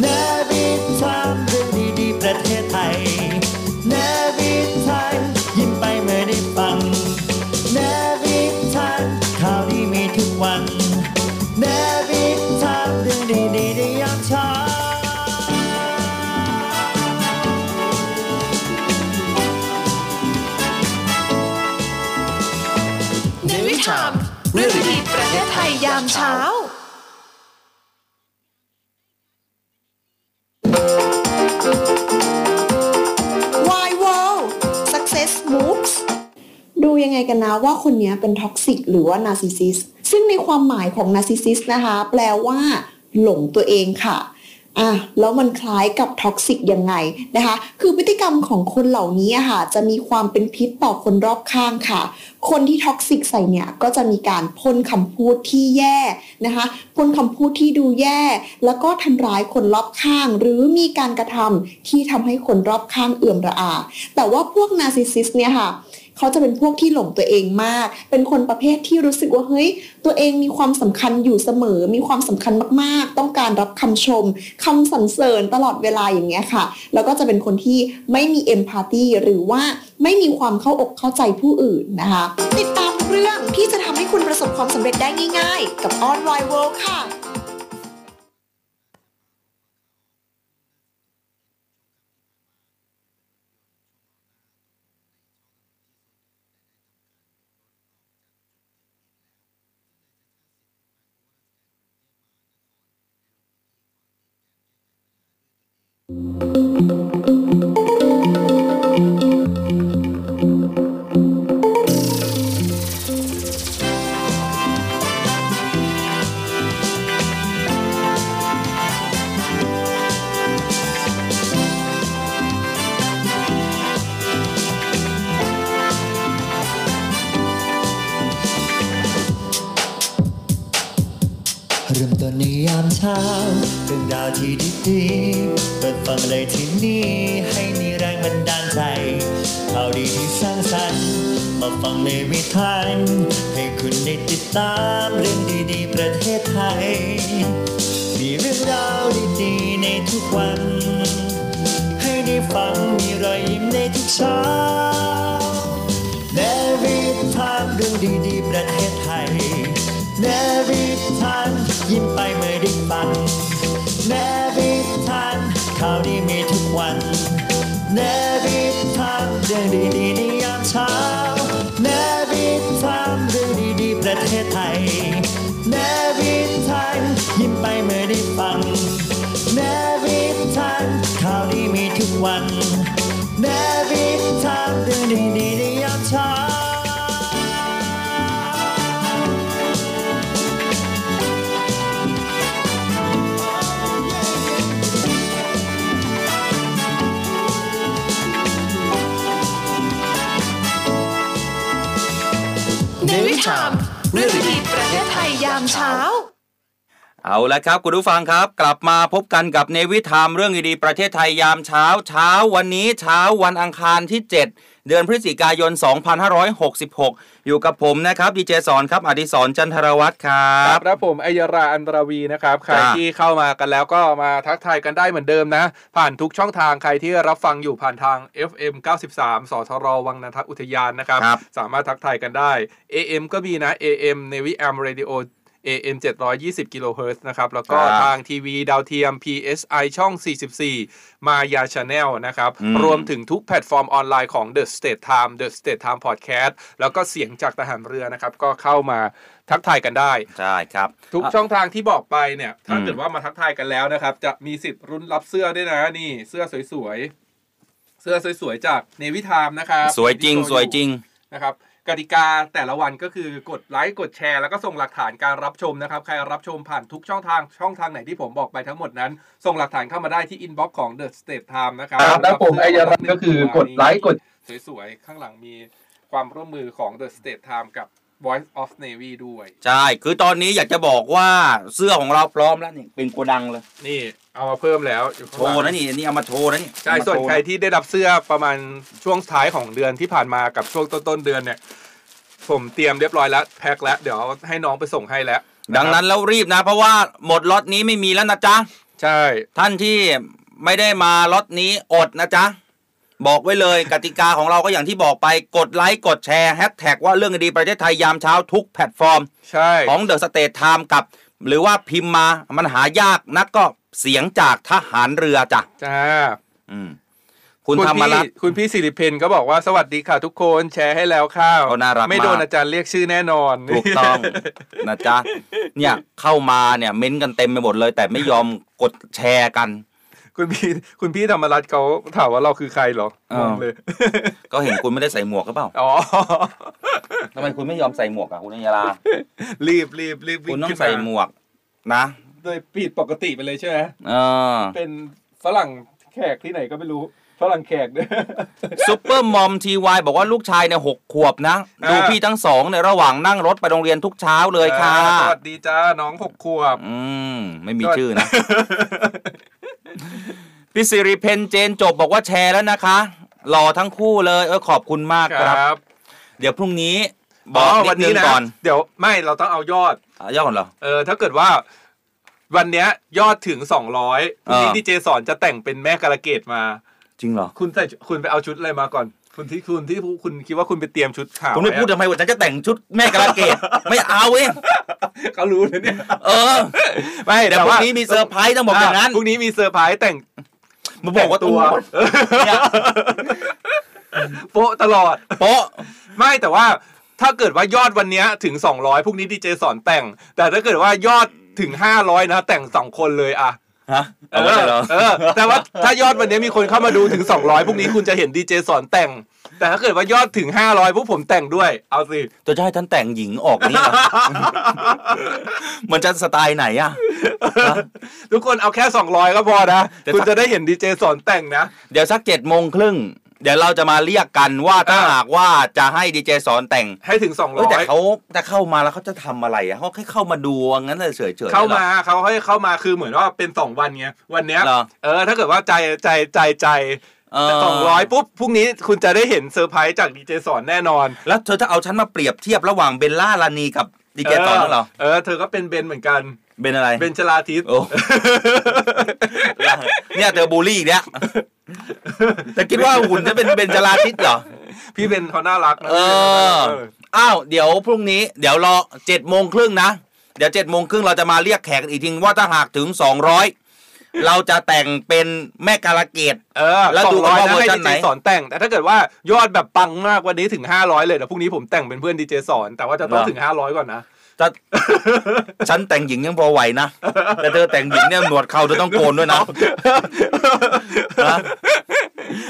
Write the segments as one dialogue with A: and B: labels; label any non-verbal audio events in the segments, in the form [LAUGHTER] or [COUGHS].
A: เนวิทามเรื่องดีๆประเทศไทยเนวิทามยิ้มไปเมื่อได้ฟังเนวิทามข่าวดีมีทุกวันเนวิทามเรื่องดีๆในยามเช้า
B: เนวิทามเรื่องดีๆประเทศไทยยามเช้า
C: Why World Success Moves ดูยังไงกันนะว่าคนเนี้ยเป็นท็อกซิกหรือว่านาร์ซิสซิสซึ่งในความหมายของนาร์ซิสซิสนะคะ แปลว่า หลงตัวเองค่ะอ่ะ แล้วมันคล้ายกับท็อกซิกยังไงนะคะ คือพฤติกรรมของคนเหล่านี้อะค่ะ จะมีความเป็นพิษต่อคนรอบข้างค่ะ คนที่ท็อกซิกใส่เนี่ยก็จะมีการพ่นคำพูดที่แย่นะคะพ่นคำพูดที่ดูแย่ แล้วก็ทำร้ายคนรอบข้าง หรือมีการกระทำที่ทำให้คนรอบข้างเอื่อมระอา แต่ว่าพวกนาร์ซิสซิสเนี่ยค่ะ เขาจะเป็นพวกที่หลงตัวเองมาก เป็นคนประเภทที่รู้สึกว่าเฮ้ย ตัวเองมีความสำคัญอยู่เสมอ มีความสำคัญมากๆ ต้องการรับคำชมคำสรรเสริญตลอดเวลาอย่างเงี้ยค่ะ แล้วก็จะเป็นคนที่ไม่มีเอมพัตตีหรือว่าไม่มีความเข้าอกเข้าใจผู้อื่นนะคะ ติดตามทุกเรื่องที่จะทำให้คุณประสบความสำเร็จได้ง่าย ๆ กับออนไลน์เวิลด์ค่ะ
A: เริ่มต้นในยามเช้าเรื่องราวที่ดีๆเปิดฟังเลยที่นี่ ให้มีแรงบันดาลใจข่าวดีที่สร้างสรรค์มาฟังในวิถีให้คุณได้ติดตามเรื่องดีๆ ประเทศไทย มีเรื่องราวดีๆ ในทุกวัน ให้ได้ฟังมีรอยยิ้มในทุกเช้า เนวิทามเรื่องดีๆ ประเทศไทยเนวิทามยิ้มไปเมื่อได้ฟังเนวิทามข่าวดีมีทุกวันเนวิทามเรื่องดีๆในยามเช้าเนวิทามเรื่องดีๆ ประเทศไทยเนวิทามยิ้มไปเมื่อได้ฟังเนวิทามข่าวดีมีทุกวัน แม่บิดทางเดินดีๆในยามเช้า
B: เนวิทามเรื่องดีๆประเทศไทยยามเช้า
D: เอาละครับคุณผู้ฟังครับ กลับมาพบกันกับเนวิทามเรื่องดีๆประเทศไทยยามเช้า เช้าวันนี้เช้าวันอังคารที่ 7 เดือนพฤศจิกายน 2566 อยู่กับผมนะครับดีเจสอนครับอดิศรจันทรวัตรครั
E: ครับ บแล้วผมอัยราอันตรวีนะครับใคร
D: จ้า
E: ที่เข้ามากันแล้วก็มาทักทายกันได้เหมือนเดิมนะ ผ่านทุกช่องทางใครที่รับฟังอยู่ผ่านทาง FM 93สทรวังนันทอุทยานนะครับ
D: ครับ
E: สามารถทักทายกันได้ AM ก็มีนะ AM Navy AM Radio AM 720 กิโลเฮิรตซ์นะครับ แล้วก็
D: ครับ
E: ทางทีวีดาวเทียม PSI ช่อง 44 มายาชาแนลนะครับ
D: อืม
E: รวมถึงทุกแพลตฟอร์มออนไลน์ของ The State Time The State Time Podcast แล้วก็เสียงจากทหารเรือนะครับ ก็เข้ามาทักทายกันได้
D: ใช่ครับ
E: ทุกช่องทางที่บอกไปเนี่ย ถ้า
D: อืม
E: เกิดว่ามาทักทายกันแล้วนะครับ จะมีสิทธิ์รุ่นรับเสื้อด้วยนะนี่ เสื้อสวยๆ เสื้อสวยๆ จากเนวิทามนะครับ
D: สวยจริงสวยจริง
E: นะครับ กติกาแต่ละวันก็คือกดไลค์กดแชร์แล้วก็ส่งหลักฐานการรับชมนะครับ ใครรับชมผ่านทุกช่องทางช่องทางไหนที่ผมบอกไปทั้งหมดนั้น ส่งหลักฐานเข้ามาได้ที่อินบ็อกซ์ของ The State Time นะครับสวยๆ ข้างหลังมีความร่วมมือของ The State Time กับ Voice of Navy ด้วย
D: ใช่ คือตอนนี้อยากจะบอกว่าเสื้อของเราพร้อมแล้วนี่เป็นโกดังเลย
E: นี่ เอามาเพิ่มแล้วอยู่ข้าง
D: โช
E: หลัง
D: ว์นะนี่อันนี้เอามาโชว์นะนี่
E: ใช่
D: เอามา
E: ส่วน
D: โชว์
E: ใครที่ได้รับเสื้อประมาณช่วงท้ายของเดือนที่ผ่านมากับช่วงต้นๆเดือนเนี่ย ผมเตรียมเรียบร้อยแล้ว แพ็คแล้ว เดี๋ยวให้น้องไปส่งให้แล้ว
D: ดังนั้นแล้วรีบนะ เพราะว่าหมดล็อตนี้ไม่มีแล้วนะจ๊ะ
E: ใช่
D: ท่านที่ไม่ได้มาล็อตนี้อดนะจ๊ะ บอกไว้เลยกติกาของเราก็อย่างที่บอกไปกดไลค์กดแชร์แฮชแท็กว่าเรื่องดีๆประเทศไทยยามเช้าทุกแพลตฟอร์ม
E: ใช่
D: ของเดอะสเตทไทม์กับ หรือว่าพิมพ์มามันหายากนักก็เสียงจากทหารเรือจ้ะ
E: จ้า
D: อืมคุณธรรมรัตน์
E: พี่คุณพี่สิริเพนก็บอกว่าสวัสดีค่ะทุกคนแชร์ให้แล้วข้าว
D: โอ้น่ารักมาก
E: ไม่โดนอาจารย์เรียกชื่อแน่นอน
D: ถูกต้อง นะจ๊ะ เนี่ยเข้ามาเนี่ยเม้นต์กันเต็มไปหมดเลย แต่ไม่ยอมกดแชร์กัน
E: [LAUGHS] คุณพี่คุณพี่ธรรมรัตน์เขาถามว่าเราคือใครเหรอ
D: อ้าว
E: งงเลย [LAUGHS]
D: ก็เห็นคุณไม่ได้ใส่หมวกหรือเปล่า
E: อ๋อ [LAUGHS]
D: ทำไมคุณไม่ยอมใส่หมวกอะคุณอัญญาลา
E: รีบรีบรีบวิ่
D: คุณต้อ
E: ขึ้
D: ง
E: นา
D: ใส่หมวก นะ
E: โดยปิดปกติไปเลยใช่ไหม
D: เออ
E: เป็นฝรั่งแขกที่ไหนก็ไม่รู้ฝรั่งแขกด้วย
D: ซุปเปอร์มอมทีวบอกว่าลูกชายเนี่ยหกขวบนะ
E: อ่า
D: ดูพี่ทั้งสองในยระหว่างนั่งรถไปโรงเรียนทุกเช้าเลยค่ะ
E: สวัสดีจ้าน้องหกขวบ
D: อืม ไม่มี
E: ก็
D: ชื่อนะ พี่สิริเพนเจนจบบอกว่าแชร์แล้วนะคะหล่อทั้งคู่เลยเออขอบคุณมากครับ เดี๋ยวพรุ่งนี้บอกนิดนึงก่อน
E: เดี๋ยวไม่เราต้องเอายอด
D: อ่ะยอดก่อนเหรอ
E: เออถ้าเกิดว่า วันเนี้ยยอดถึงสองร้อยพรุ่งนี้
D: อ่า
E: ดีเจสอนจะแต่งเป็นแม่กาละเกดมา
D: จริงเหรอ
E: คุณใส่คุณไปเอาชุดอะไรมาก่อน คุณที่คุณที่คุณคิดว่าคุณไปเตรียมชุดขาว
D: คุณไม่พูด
E: ว้อะ
D: ทำไมว่าฉันจะแต่งชุดแม่กระเก [LAUGHS] ด ไม่เอาเว้ย
E: เขารู้นะเนี่ย
D: เออ
E: ไม่
D: แต่พรุ่งนี้มีเซอร์ไพรส์ต้องบอกอย่างนั้น
E: พรุ่งนี้มีเซอร์ไพรส์แต่ง
D: มาบอกว่า
E: แต่
D: ตั
E: งตัว ว
D: เนี่ย
E: โป๊ะตลอด
D: โป๊ะ
E: ไม่แต่ว่าถ้าเกิดว่ายอดวันเนี้ยถึง 200พรุ่งนี้ดีเจสอนแต่ง แต่ถ้าเกิดว่ายอดถึง 500 นะ แต่งสองคนเลยอะ
D: ฮะ
E: เอ
D: เอาไว้
E: อ
D: เลยเหรอ
E: เออ แต่ว่าถ้ายอดวันเนี้ยมีคนเข้ามาดูถึง 200พรุ่งนี้คุณจะเห็นดีเจสอนแต่ง แต่ถ้าเกิดว่ายอดถึง 500พวกผมแต่งด้วย เอาสิ
D: ตัวจะให้ท่านแต่งหญิงออกนี่
E: [LAUGHS]
D: เหรอ มันจะสไตล์ไหนอ่ะ
E: ทุกคนเอาแค่ 200 ก็พอนะ
D: แต่
E: คุณจะได้เห็นดีเจสอนแต่งนะ
D: เดี๋ยวสักเจ็ดโมงครึ่งเดี๋ยวเราจะมาเรียกกันว่าถ้าหากว่าจะให้ดีเจสอนแต่ง
E: ให้ถึง
D: เออแต่
E: 200
D: เขาจะเข้ามาแล้วเขาจะทำอะไรอ่ะเขาแค่เข้ามาดูว่างั้นเลยเฉยๆเลยหรอ
E: เข้ามาเขาให้เข้ามาคือเหมือนว่าเป็น 2 วันไงวันเนี้ย
D: เหรอ
E: เออถ้าเกิดว่าใจใจใจใจ
D: เ
E: สองร้อยปุ๊บพรุ่งนี้คุณจะได้เห็นเซอร์ไพรส์จากดีเจสอนแน่นอน
D: แล้วเธอจะเอาฉันมาเปรียบเทียบระหว่างเบลล่าลานีกับดีเจตอนนั้นเหรอ
E: เออเธอก็เป็นเบนเหมือนกัน
D: เบนอะไร
E: เบนชลาทิศ
D: โอ้ เนี่ยเธอบูลลี่อีก
E: [LAUGHS]
D: แล้วแต่คิดว่าหุ่นจะเป็นเบนจราทิศเหรอ
E: พี่เบนเขาน่ารักนะ
D: เออ อ้าว เดี๋ยวพรุ่งนี้ เดี๋ยวรอเจ็ดโมงครึ่งนะ เดี๋ยวเจ็ดโมงครึ่งเราจะมาเรียกแขกกันอีกทีว่าถ้าหากถึงสองร้อยเราจะแต่งเป็นแม่การะเกด
E: เออ
D: แล้ว
E: สอ
D: ดู
E: ง
D: กั
E: ร้
D: น
E: อย
D: ว่า
E: นะ
D: เวอร์
E: ให้
D: ชั
E: ดี
D: น
E: เจ
D: ไหน
E: สอนแต่ง แต่ถ้าเกิดว่ายอดแบบปังมากวันนี้ถึง 500 เลยเดี๋ยวพรุ่งนี้ผมแต่งเป็นเพื่อนดีเจสอน แต่ว่าจะต้องถึง 500 ก่อนนะ
D: แต่ฉันแต่งหญิงยังพอไหวนะ แต่เธอแต่งหญิงเนี่ยหนวดเขาเธอต้องโกนด้วย
E: [LAUGHS]
D: นะ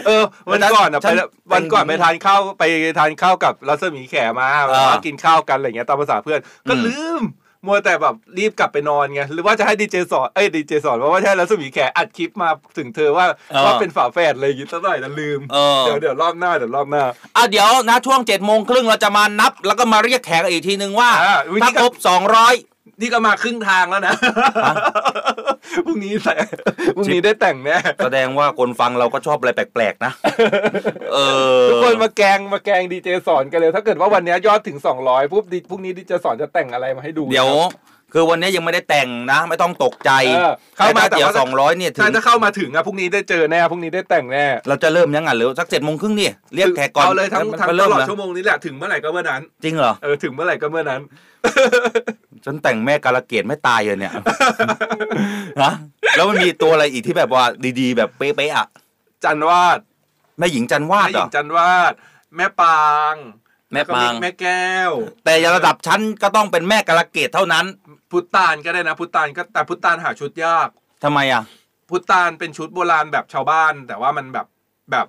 E: เออวันก่อนอะ
D: ฉั
E: ไป
D: น
E: วันก่อนไปทานข้าวไปทานข้าวกับรัศมีแขมา
D: อ่า
E: ว่ากินข้าวกันอะไรเงี้ยตามภาษาเพื่อน ก็
D: อืม
E: ลืม มัวแต่แบบรีบกลับไปนอนไงหรือว่าจะให้ดีเจสอนเอ้ยดีเจสอนว่าจะให้รัศมีแขอัดคลิปมาถึงเธอว่าว่าเป็นฝาแฝดอะไรอย่างงี้ซะหน่อยแต่ลืม
D: เออ
E: เดี๋ยวเดี๋ยวรอบหน้าเดี๋ยวรอบหน้า
D: อ่ะเดี๋ยวนะช่วง7จ็ดโมงครึ่งเราจะมานับ แล้วก็มาเรียกแขกอีกทีนึงว่า
E: อ่าวิธี
D: ถ้า
E: การ
D: ครบสองร้อย
E: นี่ก็มาครึ่งทางแล้วนะพรุ่งนี้แต่พรุ่งนี้ได้แต่งแน่
D: แสดงว่าคนฟังเราก็ชอบอะไรแปลกๆนะ เออ
E: ทุกคนมาแกงมาแกงดีเจสอนกันเลยถ้าเกิดว่าวันเนี้ยยอดถึง200ปุ๊บดิพรุ่งนี้ดีเจสอนจะแต่งอะไรมาให้ดู
D: เดี๋ยว คือวันนี้ยังไม่ได้แต่งนะ ไม่ต้องตกใจ
E: เออเข้ามา
D: แต่ถ้เดี๋ยว
E: แต่ว่า
D: สองร้อยเนี่ยถึง
E: ถ้าจะเข้ามาถึงอะพรุ่งนี้ได้เจอแน่พรุ่งนี้ได้แต่งแน่
D: เราจะเริ่มยังไงหรือสักเจ็ดโมงครึ่งนี่เรียกแขกก่อน
E: เอาเลยทั้ง
D: มัน
E: ทั้ง
D: มัน
E: ต
D: เริ่ม
E: ลอด
D: เหรอ
E: ชั่วโมงนี้แหละถึงเมื่อไหร่ก็เมื่อนั้น
D: จริงเหรอ
E: เออถึงเมื่อไหร่ก็เมื่อ
D: [LAUGHS]
E: นั้น
D: ฉันแต่งแม่การะเกดไม่ตายเลยเนี่ย [LAUGHS] นะแล้วมันมีตัวอะไรอีกที่แบบว่าดีๆ แบบเป๊ะๆอ่ะ
E: จันวาด
D: แม่หญิงจันวาด
E: แม่ห
D: เหร
E: ญิ
D: อง
E: จันวาด แม่ปาง
D: แม่ปาง
E: แม่แก้ว
D: แต่อย่าระดับชั้นก็ต้องเป็นแม่การะเกดเท่านั้น
E: พุตตานก็ได้นะ พุตตานก็แต่พุตตานหาชุดยาก
D: ทำไมอ่ะ
E: พุตตานเป็นชุดโบราณแบบชาวบ้าน แต่ว่ามันแบบแบบ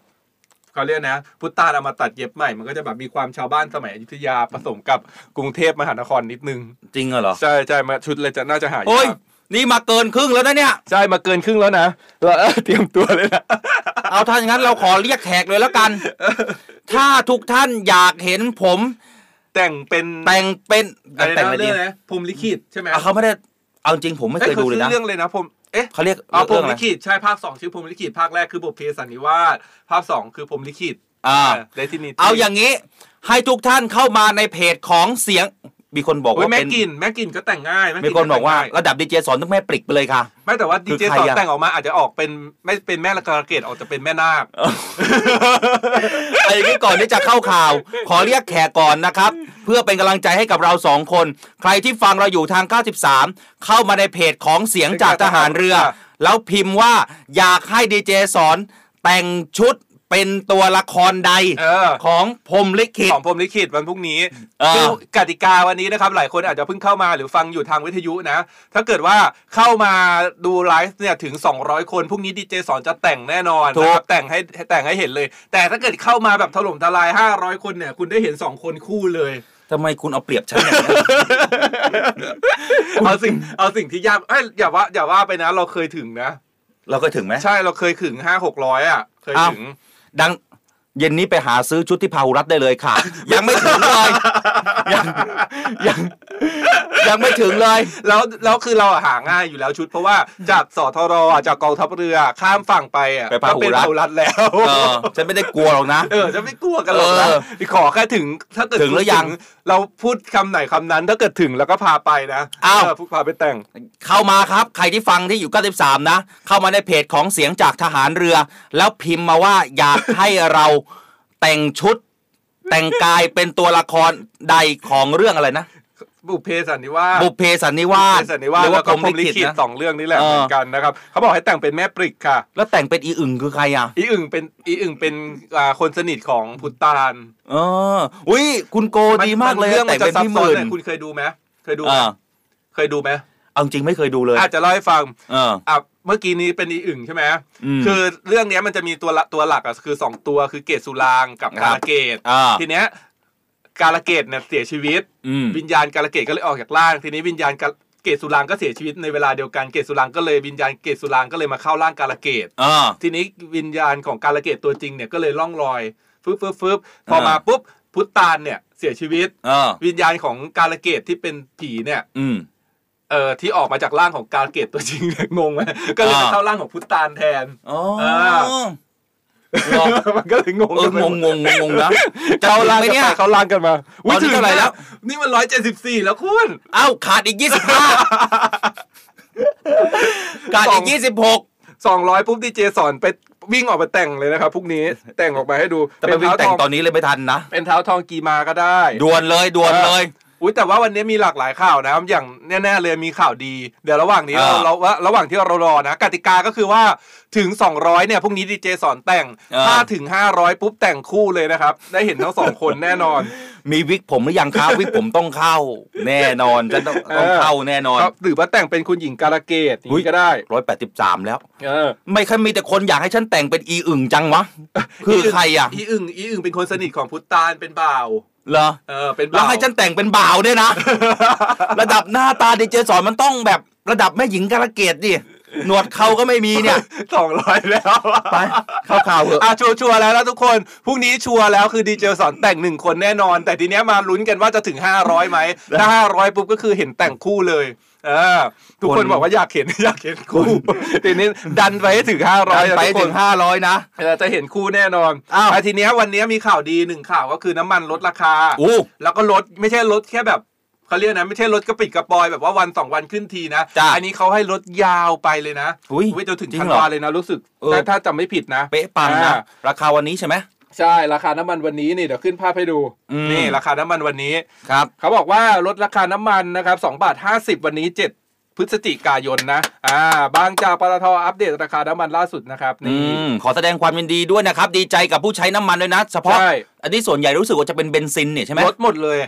E: เขาเรียกนะ พุตตานเอามาตัดเย็บใหม่มันก็จะแบบมีความชาวบ้านสมัยอยุธยาผสมกับกรุงเทพมหานครนิดนึง
D: จริงเหรอ
E: ใช่ใช่มาชุดเลยจะน่าจะหายาก
D: โอ้ย นี่มาเกินครึ่งแล้วนะเนี่ย
E: ใช่มาเกินครึ่งแล้วนะเรา เตรียมตัวเลยนะ
D: เอาถ้าอย่างนั้นเราขอเรียกแขกเลยแล้ว
E: [LAUGHS]
D: กัน ถ้าทุกท่านอยากเห็นผม
E: แต่งเป็น
D: แต่งเป็น
E: อะไร
D: แต่ง
E: นะ
D: อะไรดี
E: เรื่องอะไรนะพรหมลิขิตใช่ไหม
D: อ่ะเขาไม่ได้ เอาจริงผมไม่เคยดูเลย
E: อ้
D: นะ
E: ขาชื่อเรื่องเลยนะผมเอ๊ะ
D: เขาเรียก
E: เอาพร
D: เรื่อ
E: ห
D: ง
E: ม
D: อะไร
E: ลิขิตใช่ภาคสองชื่อพรหมลิขิตภาคแรกคือบทเพสันนิวาสภาคสองคือพรหมลิขิต
D: อ่า
E: เลทินิต
D: เอาอย่างนี้ ให้ทุกท่านเข้ามาในเพจของเสียง มีคนบอก
E: โอ้ย
D: ว่า
E: แม่
D: เป็น
E: กลินแม่กลินก็แต่งง่ายแ
D: มีคนบอกว่า
E: แต่งง่ย
D: ระดับดีเจสอนต้องแม่ปลิกไปเลยค่ะ [LAUGHS]
E: ไม่แต่ว่าดี
D: คือ
E: เจ
D: ใคร
E: สอน
D: อะ
E: แต่งออกมาอาจจะออกเป็นไม่เป็นแม่ละกระเกดออกจะเป็นแม่นาค
D: ไอ้ที่ก่อนที่จะเข้าข่าว ขอเรียกแขกก่อนนะครับ เพื่อเป็นกำลังใจให้กับเราสองคน ใครที่ฟังเราอยู่ทาง 93 เข้ามาในเพจของเสียงจากทหารเรือ แล้วพิมพ์ว่าอยากให้ดีเจสอนแต่งชุดเป็นตัวละครใด
E: เออ
D: ของพรหมลิขิต
E: ของพรหมลิขิตวันพรุ่งนี้
D: เออ
E: คือกติกาวันนี้นะครับ หลายคนอาจจะเพิ่งเข้ามาหรือฟังอยู่ทางวิทยุนะ ถ้าเกิดว่าเข้ามาดูไลฟ์เนี่ยถึง 200 คนพรุ่งนี้ดีเจสอนจะแต่งแน่นอนนะครับแต่งให้แต่งให้เห็นเลย แต่ถ้าเกิดเข้ามาแบบถล่มทลาย 500 คนเนี่ย คุณได้เห็น 2 คนคู่เลย
D: ทำไมคุณเอาเปรียบฉันเนี่ย
E: เอาสิ่งเอาสิ่งที่ยากเอ้ยอย่าว่าอย่าว่าไปนะเราเคยถึงนะ
D: เราก็ถึงไหม
E: ใช่เราเคยถึง 5 600อ่ะเคย
D: อ้าว
E: ถึง
D: ดังเย็นนี้ไปหาซื้อชุดที่พาหุรัตได้เลยค่ะ [LAUGHS] ยังไม่ถึงเลยยังยังยังไม่ถึงเลย
E: แล้วแล้วคือเราอะหาง่ายอยู่แล้วชุด เพราะว่าจากสทรอะจากกองทัพเรือข้ามฝั่งไปอ่ะ
D: ไปพา
E: ก็
D: หุรัต
E: เป็นพาหุรัตแล้ว
D: เออฉันไม่ได้กลัวหรอกนะ
E: เออจะไม่กลัวกันหรอกนะ
D: เออ
E: ขอแค่ถึงถ้าเกิด
D: ถึงหรือยัง
E: เราพูดคำไหนคำนั้นถ้าเกิดถึงแล้วก็พาไปนะ
D: อ้าว
E: เพูดพาไปแต่ง
D: เข้ามาครับ ใครที่ฟังที่อยู่ 93 นะ เข้ามาในเพจของเสียงจากทหารเรือ แล้วพิมพ์มาว่าอยากให้เราแต่งชุด แต่งกายเป็นตัวละครใดของเรื่องอะไรนะ
E: บุพเพสันนิวาส
D: บุพเพสันนิวาส
E: บุพเพสันนิวาส
D: หรื
E: แล้ว
D: อ่าวพ
E: ก็
D: รหม
E: พรหมลิ
D: ลิขิ
E: ขิ
D: ต
E: ต
D: นะ
E: สองเรื่องนี้แหละ
D: เออ
E: เหมือนกันนะครับเขาบอกให้แต่งเป็นแม่ปริกค่ะ
D: แล้วแต่งเป็นอีอึ่งคือใครอ่ะ
E: อีอึ่งเป็นอีอึ่งเป็นอ่าคนสนิทของพุตตาน
D: เอออุ้ยคุณโกดีมากเลย
E: นเรื่องมั
D: แต่
E: น
D: ง
E: จะ
D: เป็น
E: ซับ
D: พี่ห
E: ซ้อน
D: มื่น
E: หน่อยคุณเคยดูไหมเคยดู
D: เออ
E: เคยดูไหม
D: เอาจริงไม่เคยดูเลย
E: อาจจะเล่าให้ฟัง
D: เออ
E: อ่ะเมื่อกี้นี้เป็นอีอึ่งใช่ไหม
D: อืม
E: คือเรื่องเนี้ยมันจะมีตัวละตัวหลักอ่ะคือสองตัวคือเกตสุรางกับ
D: ครั
E: กา
D: บ
E: ลเกต
D: อ่า
E: ทีเนี้ยกาลเกตเนี่ยเสียชีวิต
D: อืม
E: วิญญาณกาลเกตก็เลยออกจากร่าง ทีนี้วิญญาณกาลเกตสุรางก็เสียชีวิตในเวลาเดียวกันเกตสุรางก็เลยวิญญาณเกตสุรางก็เลยมาเข้าร่างกาลเกต
D: อ่า
E: ทีนี้วิญญาณของกาลเกตตัวจริงเนี่ยก็เลยล่องลอยฟึบฟึบฟึบพอมา
D: อ่า
E: ปุ๊บพุทธานเนี่ยเสียชีวิต
D: อ่า
E: วิญญาณของกาลเกตที่เป็นผีเนี่ย
D: อืม
E: เอ่อที่ออกมาจากร่างของกาลเกตตัวจริงเนี่ย [LAUGHS] งงไหมก็เลยมา
D: อ่า
E: เข้าร่างของพุทธานแทน
D: อ๋อ
E: เอ
D: หรอ
E: มันก็เลยงง
D: เออ
E: กันไป
D: ง
E: หม
D: งง
E: ด
D: งงงนะจะ
E: เข้า
D: ถึง
E: ร่าง
D: ไหม
E: กัน
D: เนี่
E: ไป
D: ย
E: เข้าร่างกันมา
D: ตอนนี้เท่าไหร่แล้ว
E: นี่มันร้อยเจ็ดสิบสี่แล้วคุณ
D: เอ้าขาดอีก 25 ขาด
E: ส
D: อี
E: อก ง
D: 26
E: สองร้อยปุ๊บดีเจสอนไปวิ่งออกมาแต่งเลยนะครับพรุ่งนี้แต่งออกมาให้ดู
D: แต่ไปวิ่งแต่งตอน
E: เท้าทอ
D: นี้เลยไม่ทันนะ
E: เป็นเท้าทองกีมาก็ได้
D: ด่วนเลยด่วนเลย
E: อุ้ยแต่ว่าวันนี้มีหลากหลายข่าวนะครับอย่างแน่ๆเลยมีข่าวดี เดี๋ยวระหว่างนี้
D: อ่า
E: เราเราว่าระหว่างที่เรารอนะกติกาก็คือว่าถึง 200เนี่ยพรุ่งนี้ดีเจสอนแต่ง
D: อ่า
E: ถ้าถึง 500 ปุ๊บแต่งคู่เลยนะครับ ได้เห็นทั้งสองคนแน่น
D: [LAUGHS]
E: อน
D: มีวิกผมหรือยังครับวิกผมต้องเข้า แน่นอนจะต้องต้องเข้าแน่นอน
E: ครับหรือว่าแต่งเป็นคุณหญิงการะเกดอย่าง
D: อุ๊ย
E: นี้ก็ได้
D: 183 แล้ว
E: เออ
D: ไม่เคยมีแต่คนอยากให้ฉันแต่งเป็นอีอึ่งจังวะ คือใครอ่ะ
E: อีอึ่งอีอึ่งเป็นคนสนิทของพุทธตานเป็นบ่าว
D: เหรอ
E: เออเป็นบ่าว
D: แล้วให้ฉันแต่งเป็นบ่าวด้วย
E: [LAUGHS]
D: นะ ระดับหน้าตาดีเจสอนมันต้องแบบระดับแม่หญิงกาลเกตดิ หนวดเขาก็ไม่มีเนี่ย
E: [LAUGHS] สองร้อยแล้ว
D: ไปเข้าข่าวเถอะ
E: อ่ะชัวร์ชัวร์แล้วนะทุกคนพรุ่งนี้ชัวร์แล้วคือดีเจสอนแต่งหนึ่งคนแน่นอน แต่ทีเนี้ยมาลุ้นกันว่าจะถึง 500ไหม
D: [LAUGHS]
E: ถ้า 500 ปุ๊บก็คือเห็นแต่งคู่เลยเออทุกคนบอกว่าอยากเห็น อยากเห็นคู่ [LAUGHS] ทีนี้ดันไปให้ถึง
D: ดัน
E: 500
D: ไป
E: นะทุก
D: ถึ
E: คน
D: งห้าร้อยนะ
E: เออจะเห็นคู่แน่นอน
D: อ้าว
E: ะทีเนี้ยวันเนี้ยมีข่าวดีหนึ่งข่าวก็คือน้ำมันลดราคา
D: โอ้
E: แล้วก็ลดไม่ใช่ลดแค่แบบเขาเรียกนะไม่ใช่ลดกระปิดกระปอยแบบว่าวันสองวันขึ้นทีนะอันนี้เขาให้ลดยาวไปเลยนะ
D: อุ้ย
E: เว้ยจนถึง
D: จริ
E: ธัน
D: เหรอ
E: วาเลยนะ รู้สึก
D: เออ
E: ถ้าถ้าจำไม่ผิดนะ
D: เป๊ะปัง
E: อ่า
D: นะ ราคาวันนี้ใช่ไหม
E: ใช่ราคาน้ำมันวันนี้นี่เดี๋ยวขึ้นภาพให้ดู
D: อืม
E: นี่ราคาน้ำมันวันนี้
D: ครับ
E: เขาบอกว่าลดราคาน้ำมันนะครับ2บาท50 วันนี้ 7 พฤศจิกายนนะ อ่า บางจากปตทอัปเดตราคาน้ำมันล่าสุดนะครับ
D: อื
E: นี่
D: ม ขอแสดงความยินดีด้วยนะครับ ดีใจกับผู้ใช้น้ำมันด้วยนะ เฉพาะ
E: ใช่
D: อันนี้ส่วนใหญ่รู้สึกว่าจะเป็นเบนซินเนี่ยใช่ไหม
E: ลดหมดเลย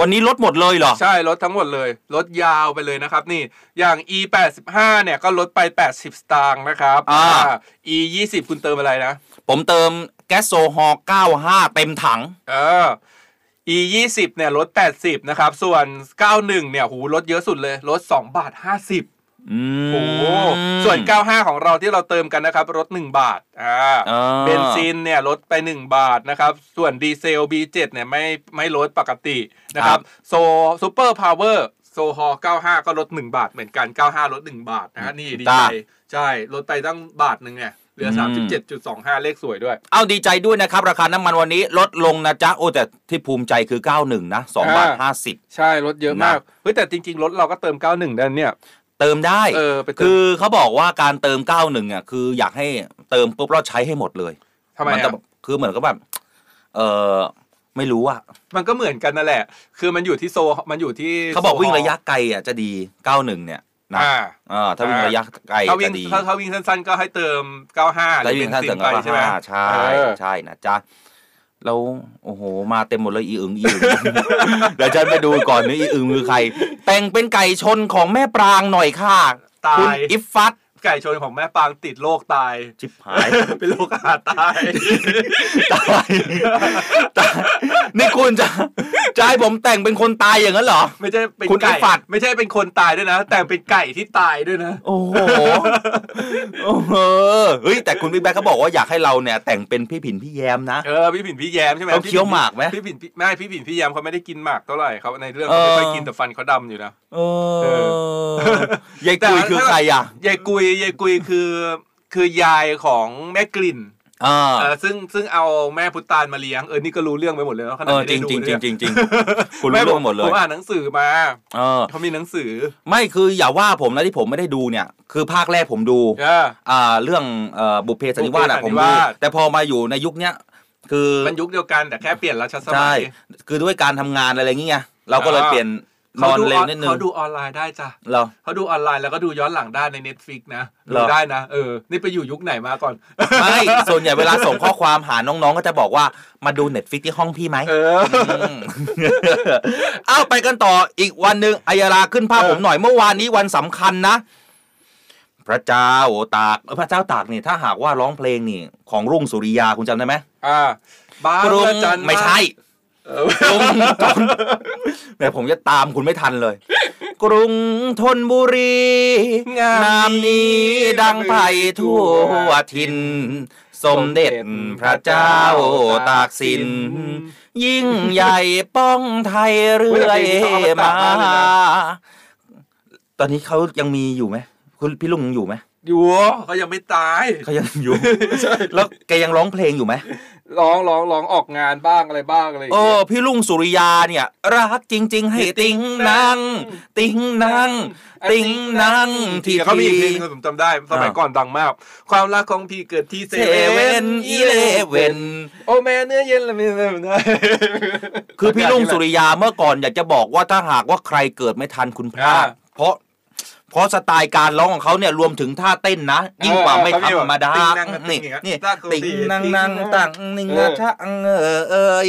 D: วันนี้ลดหมดเลยเหรอ
E: ใช่ลดทั้งหมดเลยลดยาวไปเลยนะครับ นี่อย่าง e 8 5เนี่ยก็ลดไป 80 สตางค์นะครับ
D: อ่า
E: e 2 0คุณเติมอะไรนะ
D: ผมเติมแก๊สโซฮอล์95 เต็มถัง
E: เออ e ยี่สิบเนี่ยลดแปดสิบนะครับ ส่วนเก้าหนึ่งเนี่ยหูลดเยอะสุดเลยลดสองบาทห้าสิบ
D: อืม
E: โอ้โหส่วนเก้าห้าของเราที่เราเติมกันนะครับลดหนึ่งบาทอ่า
D: อ่า
E: เบนซินเนี่ยลดไปหนึ่งบาทนะครับ ส่วนดีเซล B7 เนี่ยไม่ไม่ลดปกตินะครับ โซซูเปอร์พาวเวอร์ ฮอล95 ก็ลด 1 บาทเหมือนกัน 95 ลด 1 บาทนะฮะนี่ดี
D: จ้า
E: ใจ ใช่ ลดไปตั้งบาทหนึ่งเนี่ยเหลือ
D: อื
E: 37.25 เลขสวยด้วย
D: เอาดีใจด้วยนะครับ ราคาน้ำมันวันนี้ลดลงนะจ๊ะ โอ้แต่ที่ภูมิใจคือ 91 นะ2บาท
E: อ่า
D: 50
E: ใช่ลดเยอะมาก เฮ้ย แต่จริง ๆ รถเราก็เติม 91 ได้เนี่ย
D: เติมได้
E: เออ ไปเติ
D: คื
E: ม
D: อเขาบอกว่าการเติม 91อ่ะคืออยากให้เติมปุ๊บเราใช้ให้หมดเลย
E: ทำไม
D: นจะ
E: อะ
D: คือเหมือนกับแบบเออไม่รู้อ่ะ
E: มันก็เหมือนกันนั่นแหละ คือมันอยู่ที่โซ มันอยู่ที่
D: เขาบอกวิ่ง
E: โซฮ
D: ระยะไกลอ่ะจะดี 91 เนี่ยนะ
E: อ่า
D: เออถ้าวิ่ง
E: อ่า
D: ระยะไกล
E: ถ้าวิ่ง
D: จะดี
E: ถ้าถ้าวิ่งสั้นๆ ก็ให้เติม 95ห
D: แต่
E: รือ
D: วิ่
E: เป็
D: ง
E: น
D: ท่าน
E: สิ
D: เสริ
E: บ
D: ม
E: ไป
D: ก็
E: ใช่ไหม
D: ใช่
E: เออ
D: ใช่นะจ๊ะแล้วโอ้โห มาเต็มหมดเลยอีอึงอีอึง [LAUGHS] เดี๋ยวฉันไปดูก่อนนะอีอึงคือใคร แต่งเป็นไก่ชนของแม่ปรางหน่อยค่ะ
E: ตาย
D: คุณอิฟฟัต
E: ไก่ชนของแม่ปางติดโรคตาย
D: ชิบหาย
E: [LAUGHS] เป็นโรคอาหารตาย
D: ตายตายนี่คุณจะจะให้ผมแต่งเป็นคนตายอย่างนั้นเหรอ
E: ไม่ใช่เป็น
D: คุณไอ้
E: ไก่
D: ฝัด
E: ไม่ใช่เป็นคนตายด้วยนะ แต่เป็นไก่ที่ตายด้วยนะ
D: โอ้โหโอ้โหเฮ้ยแต่คุณบิ๊กแบ๊กเขาบอกว่าอยากให้เราเนี่ย แต่งเป็นพี่ผินพี่แยมนะ
E: เออพี่ผินพี่แยมใช่ไหม
D: เขาเคี้ยวหมากไหม
E: พี่ผินพี่ไม่พี่ผินพี่แยมเขาไม่ได้กินหมากเท่าไหร่เขาในเรื่อง
D: เออ
E: เขาไม่ค่อยกินแต่ฟันเขาดำอยู่นะ
D: เออยายกุยคือใครอ่ะ
E: ยายกุยยายกุยคือคือยายของแม่กลิ่น
D: อ่า
E: เออซึ่งซึ่งเอาแม่พุทธานมาเลี้ยงเออนี่ก็รู้เรื่องไปหมดเลยเนาะขนา
D: เอ
E: ด
D: อ
E: ไม่
D: จ
E: ได้
D: ริง
E: ดู
D: จริงจริ
E: เนี่ย
D: งจริงจริง [LAUGHS] คุณรู้เรื่องหมดเล
E: ผ
D: ย
E: มอ่านหนังสือมา
D: เออ
E: เขามีหนังสือ
D: ไม่คืออย่าว่าผมนะที่ผมไม่ได้ดูเนี่ย คือภาคแรกผมดู
E: เออ
D: อ่าเรื่องเอ่อบุพเพสันนิวาสอะ
E: บุพเพสั
D: ผม
E: นนิ
D: ดู
E: วาส
D: แต่พอมาอยู่ในยุคเนี้ยคือ
E: มันยุคเดียวกันแต่แค่เปลี่ยนราชสมั
D: ใช่
E: ย
D: คือด้วยการทำงานอะไรอย่างเงี้ย เราก็เลย
E: อ่า
D: เปลี่ยนน
E: เขา
D: อน
E: ดู
D: เร็วนิดนึง
E: เขาดูออนไลน์ได้จ้ะ
D: เหรอ
E: เขาดูออนไลน์แล้วก็ดูย้อนหลังได้ใน Netflix นะ
D: เหร
E: ดู
D: อ
E: ได้นะ เออ นี่ไปอยู่ยุคไหนมาก่อน
D: ไม่ ส่วนใหญ่เวลาส่งข้อความหาน้องๆ ก็จะบอกว่ามาดูเน็ตฟิกที่ห้องพี่ไหม
E: เออ
D: ม [LAUGHS] เอาไปกันต่ออีกวันหนึ่งอัยราขึ้นภาพ
E: เออ
D: ผมหน่อยเมื่อวานนี้วันสำคัญนะ พระเจ้าตากเออพระเจ้าตากนี่ถ้าหากว่าร้องเพลงนี่ ของรุ่งสุริยาคุณจำได้ไหม
E: อ่าบ้าน
D: กรุง
E: พระจันทร์
D: ไม่ใช่
E: เออก
D: รุงทน [LAUGHS] แต่ผมจะตามคุณไม่ทันเลย กรุงธนบุรีนามนี้ดังไพทั่วทิน สมเด็จพระเจ้าตากสิน ยิ่งใหญ่ป้องไทยเรื่อยมา ตอนนี้เขายังมีอยู่ไหมคุณพี่ลุงยังอยู่ไหม
E: อยู่เขายังไม่ตาย
D: เขายัง [LAUGHS] อยู่ แล้วแกยังร้องเพลงอยู่ไหม
E: ร้องร้องร้องออกงานบ้างอะไรบ้างอะไรอย่าง
D: โอ้
E: เงี้ย
D: พี่ลุงสุริยาเนี่ย รักจริง ๆ ให้ติงนางติงนางติงนางที่
E: เดี๋ยวเขามีอีกเพลงหนึง
D: ที
E: ผมจำได้ สมัย
D: อ่า
E: ก่อนดังมาก ความรักของพี่เกิดที่เซ
D: เซเว่นอีเลเว่น
E: โอ้แม่เนื้อเย็นละมีเลยมันได้
D: คือพี่ลุงสุริยาเมื่อก่อนอยากจะบอกว่าถ้าหากว่าใครเกิดไม่ทันคุณพลาด
E: อ่า
D: เพราะเพราะสไตล์การร้องของเขาเนี่ยรวมถึงท่าเต้นนะ ยิ่งกว่าไม่ธรรมดา
E: เออเขามีแบบ
D: นี่
E: ติ๊งนั่งกับติ๊ง
D: นี่
E: อย่างเงี้ยตั้งโกติ
D: ติงนางนาง
E: ติ๊ง
D: ตังนิง
E: เออ
D: ชะเออเอย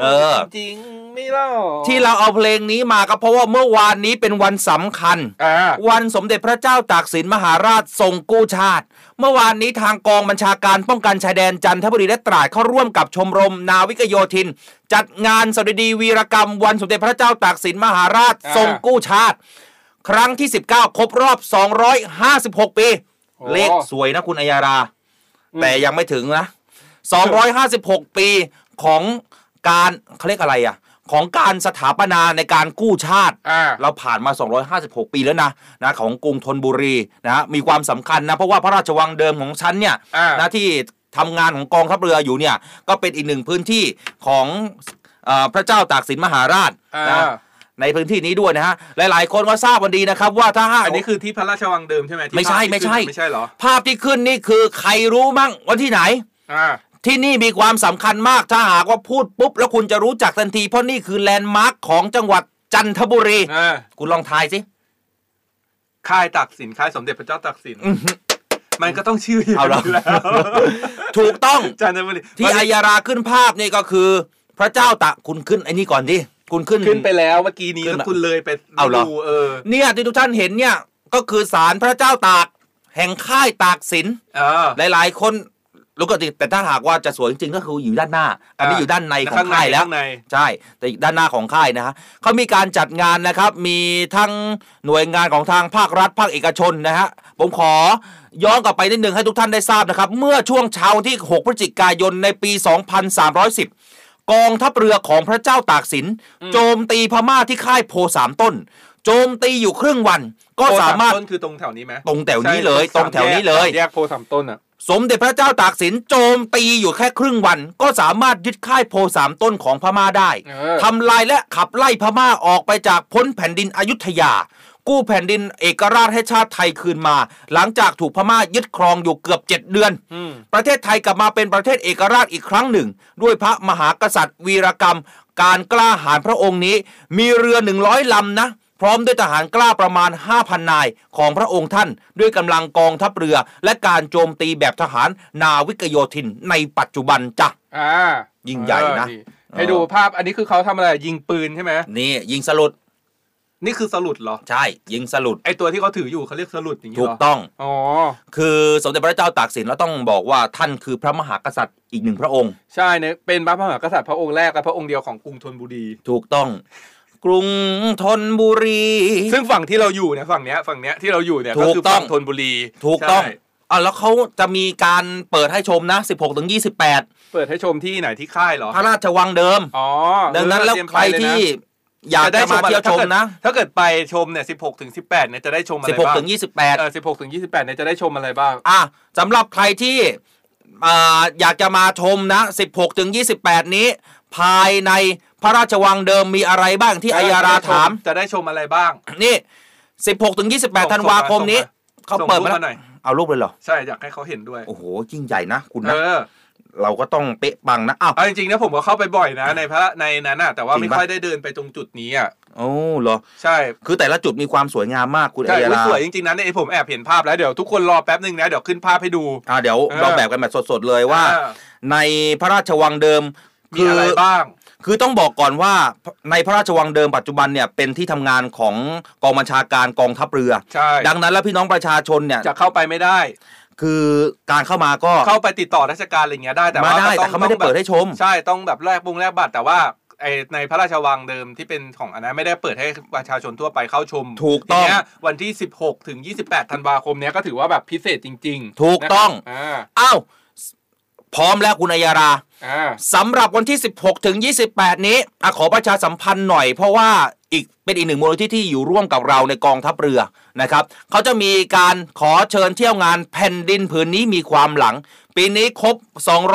D: เออ
E: จริงไม่เล่า
D: ที่เราเอาเพลงนี้มาก็เพราะว่าเมื่อวานนี้เป็นวันสำคัญ
E: อ่า
D: วันสมเด็จพระเจ้าตากสินมหาราชทรงกู้ชาติ เมื่อวานนี้ทางกองบัญชาการป้องกันชายแดนจันทบุรีและตราดเข้าร่วมกับชมรมนาวิกโยธิน จัดงานสดุดีวีรกรรม วันสมเด็จพระเจ้าตากสินมหาราช
E: อ่า
D: ทรงกู้ชาติ ครั้งที่ 19 ครบรอบ 256 ปี
E: โอ้
D: เลขสวยนะคุณอัยารา แต่ยังไม่ถึงนะ 256 ปีของการเขาเรียกอะไรอ่ะ ของการสถาปนาในการกู้ชาติ
E: อ่า
D: เราผ่านมา 256 ปีแล้วนะนะของกรุงธนบุรีนะมีความสำคัญนะ เพราะว่าพระราชวังเดิมของฉันเนี่ย
E: อ่าน
D: นะที่ทำงานของกองทัพเรืออยู่เนี่ย ก็เป็นอีกหนึ่งพื้นที่ของเออพระเจ้าตากสินมหาราช
E: อ่
D: นะ
E: า
D: ในพื้นที่นี้ด้วยนะฮะ หลาย ๆ คนก็ทราบวันดีนะครับว่าถ้าหาก
E: อันนี้คือที่พระราชวังเดิมใช่ไหมที่
D: ไม่ใช่
E: ภาพที่
D: ไม่ใช่
E: ขึ้นไม่ใช่เหรอ
D: ภาพที่ขึ้นนี่คือใครรู้มั่งว่าที่ไหน
E: อ่า
D: ที่นี่มีความสำคัญมากถ้าหากว่าพูดปุ๊บแล้วคุณจะรู้จักทันทีเพราะนี่คือแลนด์มาร์คของจังหวัดจันทบุรี
E: อ่า
D: คุณลองทายสิ
E: ค่ายตักสิน ค่ายสมเด็จพระเจ้าตักสิน มันก็ต้องชื่อ
D: เอาเหรอ
E: ยู่แล้ว
D: ถูกต้อง
E: จันทบุรี
D: ที่อายาราขึ้นภาพนี่ก็คือ พระเจ้าตะคุณขึ้นไอ้นี่ก่อนดิคุณขึ้น
E: ขึ้นไปแล้วเมื่อกี้นี้
D: ขึ้น
E: แล้ว
D: มา
E: คุณเลยไป
D: เอาเหรอ
E: ดูเออ
D: เนี่ยที่ทุกท่านเห็นเนี่ยก็คือศาลพระเจ้าตาก แห่งค่ายตากสิน
E: อ่า
D: หลายๆ คนรู้ก็จริงแต่ถ้าหากว่าจะสวยจริงๆก็คืออยู่ด้านหน้า อันนี้
E: อ่า
D: อยู่ด้านในของ
E: ข้างใน
D: ค่ายแล้ว
E: ข้างใน
D: ใช่ แต่ด้านหน้าของค่ายนะฮะเขามีการจัดงานนะครับ มีทั้งหน่วยงานของทางภาครัฐ ภาคเอกชนนะฮะ ผมขอย้อนกลับไปนิดหนึ่งให้ทุกท่านได้ทราบนะครับ เมื่อช่วงเช้าวันที่ 6 พฤศจิกายนในปี 2310 กองทัพเรือของพระเจ้าตากสิน
E: อืม
D: โจมตีพม่าที่ค่ายโพสามต้น โจมตีอยู่ครึ่งวัน ก็สามารถ
E: โพธิ์ต้นคือตรงแถวนี้ไหม
D: ตรงแถวนี้เลย ตรงแถวนี้เลย
E: แยกโพธิ์สามต้นอ่ะ
D: สมเด็จพระเจ้าตากสินโจมตีอยู่แค่ครึ่งวัน ก็สามารถยึดค่ายโพสามต้นของพม่าได้
E: เออ
D: ทำลายและขับไล่พม่าออกไปจากพ้นแผ่นดินอยุธยา กู้แผ่นดินเอกราชให้ชาติไทยคืนมา หลังจากถูกพม่ายึดครองอยู่เกือบ 7 เดือน
E: อืม
D: ประเทศไทยกลับมาเป็นประเทศเอกราชอีกครั้งหนึ่ง ด้วยพระมหากษัตริย์ วีรกรรม การกล้าหาญพระองค์นี้ มีเรือ 100 ลำนะ พร้อมด้วยทหารกล้าประมาณ 5,000 นายของพระองค์ท่าน ด้วยกำลังกองทัพเรือ และการโจมตีแบบทหารนาวิกโยธินในปัจจุบันจ้ะ
E: อ่า
D: ยิ่งใหญ่นะ
E: เออ
D: เออ
E: ให้ดูภาพอันนี้คือเขาทำอะไรยิงปืนใช่ไหม
D: นี่ยิงสลุด
E: นี่คือสลุดเหรอ
D: ใช่ ยิงสลุด
E: ไอตัวที่เขาถืออยู่เขาเรียกสลุดอย่างนี้
D: ถู
E: เหร
D: ก
E: อ
D: ต้อง
E: อ๋อ
D: คือสมเด็จพระเจ้าตากสินแล้วต้องบอกว่าท่านคือพระมหากษัตริย์อีกหนึ่งพระองค์
E: ใช่เนี่ยเป็นพระมหากษัตริย์พระองค์แรกและพระองค์เดียวของกรุงธนบุรี
D: ถูกต้อง กรุงธนบุรี
E: ซึ่งฝั่งที่เราอยู่เนี่ยฝั่งเนี้ยฝั่งเนี้ยที่เราอยู่เนี่ย
D: ถู
E: ก็
D: ก
E: คือ
D: ต้อ
E: ฝั่
D: ง
E: งธนบุรี
D: ถูกต้อง
E: ใช่
D: อ่ะแล้วเขาจะมีการเปิดให้ชมนะ 16ถึง28
E: เปิดให้ชมที่ไหนที่ค่ายเหรอ
D: พระราชวังเดิม
E: อ๋อ
D: ดังนั้นแล้ว
E: เตยม
D: ใค
E: ไป
D: ร
E: เยนะ
D: ที่อยาก
E: จะได้
D: จะ
E: ช
D: มาม
E: อะไร
D: เที่ยวชมนะ
E: ถ้าเกิดไปชมเนี่ยสิบหกถึงสิบแปดเนี่ยจะได้ชมอะไรบ้าง
D: 16ถึง
E: เออ
D: 28
E: สิบหกถึงยี่สิบแปดเนี่ยจะได้ชมอะไรบ้าง
D: อ่ะสำหรับใครที่อ่าอยากจะมาชมนะ 16ถึง28 นี้ ภายในพระราชวังเดิมมีอะไรบ้างที่อัยยาราถาม
E: จะได้ชมอะไรบ้าง
D: [COUGHS] นี่ 16ถึง
E: ส่ง
D: 28ธันวาคมนี้
E: ส่ง
D: เขา
E: มา
D: เปิดมา
E: ส่งรูปมาหน่
D: แล้
E: อ
D: วย เอารูปเลยเหรอ
E: ใช่อยากให้เขาเห็นด้วย
D: โอ้โหยิ่งใหญ่นะ คุณ
E: เอ
D: นะ
E: อ
D: เราก็ต้องเป๊ะปังนะอ้าว
E: เอาจริงๆนะผมก็เข้าไปบ่อยนะ ในพระในนั้นน่ะแต่ว่า
D: จริ
E: ไม่
D: งปะ
E: ค่อยได้เดินไปตรงจุดนี้อ่ะ
D: โอ้เหรอ
E: ใช่
D: คือแต่ละจุดมีความสวยงามมากคุณ
E: ใช่
D: อายา
E: อุ๊ย
D: รา
E: สวยจริงๆนะเนี่ยผมแอบเห็นภาพแล้วเดี๋ยวทุกคนรอแป๊บหนึ่งนะเดี๋ยวขึ้นภาพให้ดู
D: อ่าเดี๋ยว
E: เออ
D: เราแบบกันแบบสดๆเลยว่า
E: เออ
D: ในพระราชวังเดิม
E: มีอะไรบ้าง
D: คือต้องบอกก่อนว่าในพระราชวังเดิมปัจจุบันเนี่ยเป็นที่ทำงานของกองบัญชาการกองทัพเรือ
E: ใช่
D: ดังนั้นแล้วพี่น้องประชาชนเนี่ย
E: จะเข้าไปไม่ได้
D: คือการเข้ามาก็
E: เข้าไปติดต่อราชการอะไรอย่างเงี้ยได้แต่
D: มา
E: ว่า
D: ได้
E: ก็
D: แต่
E: อง
D: เขาไม่ได้
E: องแบบ
D: เปิดให้ชม
E: ใช่ต้องแบบแลกบงแลกบัตรแต่ว่าไอในพระราชวังเดิมที่เป็นของอันนั้นไม่ได้เปิดให้ประชาชนทั่วไปเข้าชม
D: ถูกต้อง
E: ทีเนี้ยวันที่ 16 ถึง 28 ธันวาคมเนี้ยก็ถือว่าแบบพิเศษจริงๆ
D: ถูกต้อง
E: นะครับ
D: อ้าวพร้อมแล้วคุณอายารา
E: อ่าอ่า
D: สำหรับวันที่ 16 ถึง 28 นี้อะขอประชาสัมพันธ์หน่อย เพราะว่าอีกเป็นอีกหนึ่งมูลนิธิที่อยู่ร่วมกับเราในกองทัพเรือนะครับ เขาจะมีการขอเชิญเที่ยวงานแผ่นดินผืนนี้มีความหลัง ปีนี้ครบ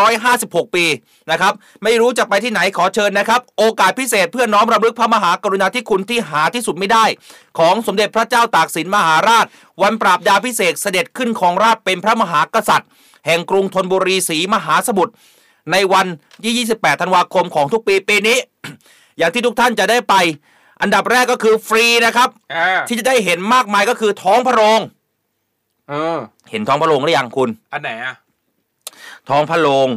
D: 256 ปีนะครับ ไม่รู้จะไปที่ไหนขอเชิญนะครับ โอกาสพิเศษเพื่อน้อมรำลึกพระมหากรุณาธิคุณที่หาที่สุดไม่ได้ ของสมเด็จพระเจ้าตากสินมหาราช วันปราบดาพิเศษกเสด็จขึ้นของราชเป็นพระมหากษัตริย์ แห่งกรุงธนบุรีศรีมหาสมุทร ในวันที่28 ธันวาคมของทุกปี ปีนี้ [COUGHS] อย่างที่ทุกท่านจะได้ไป อันดับแรกก็คือฟรีนะครับ
E: อ่า
D: ที่จะได้เห็นมากมายก็คือท้องพระโรง
E: เออ
D: เห็นท้องพระโรงหรือยังคุณ
E: อันไหนอ่ะ
D: ท้องพระโรง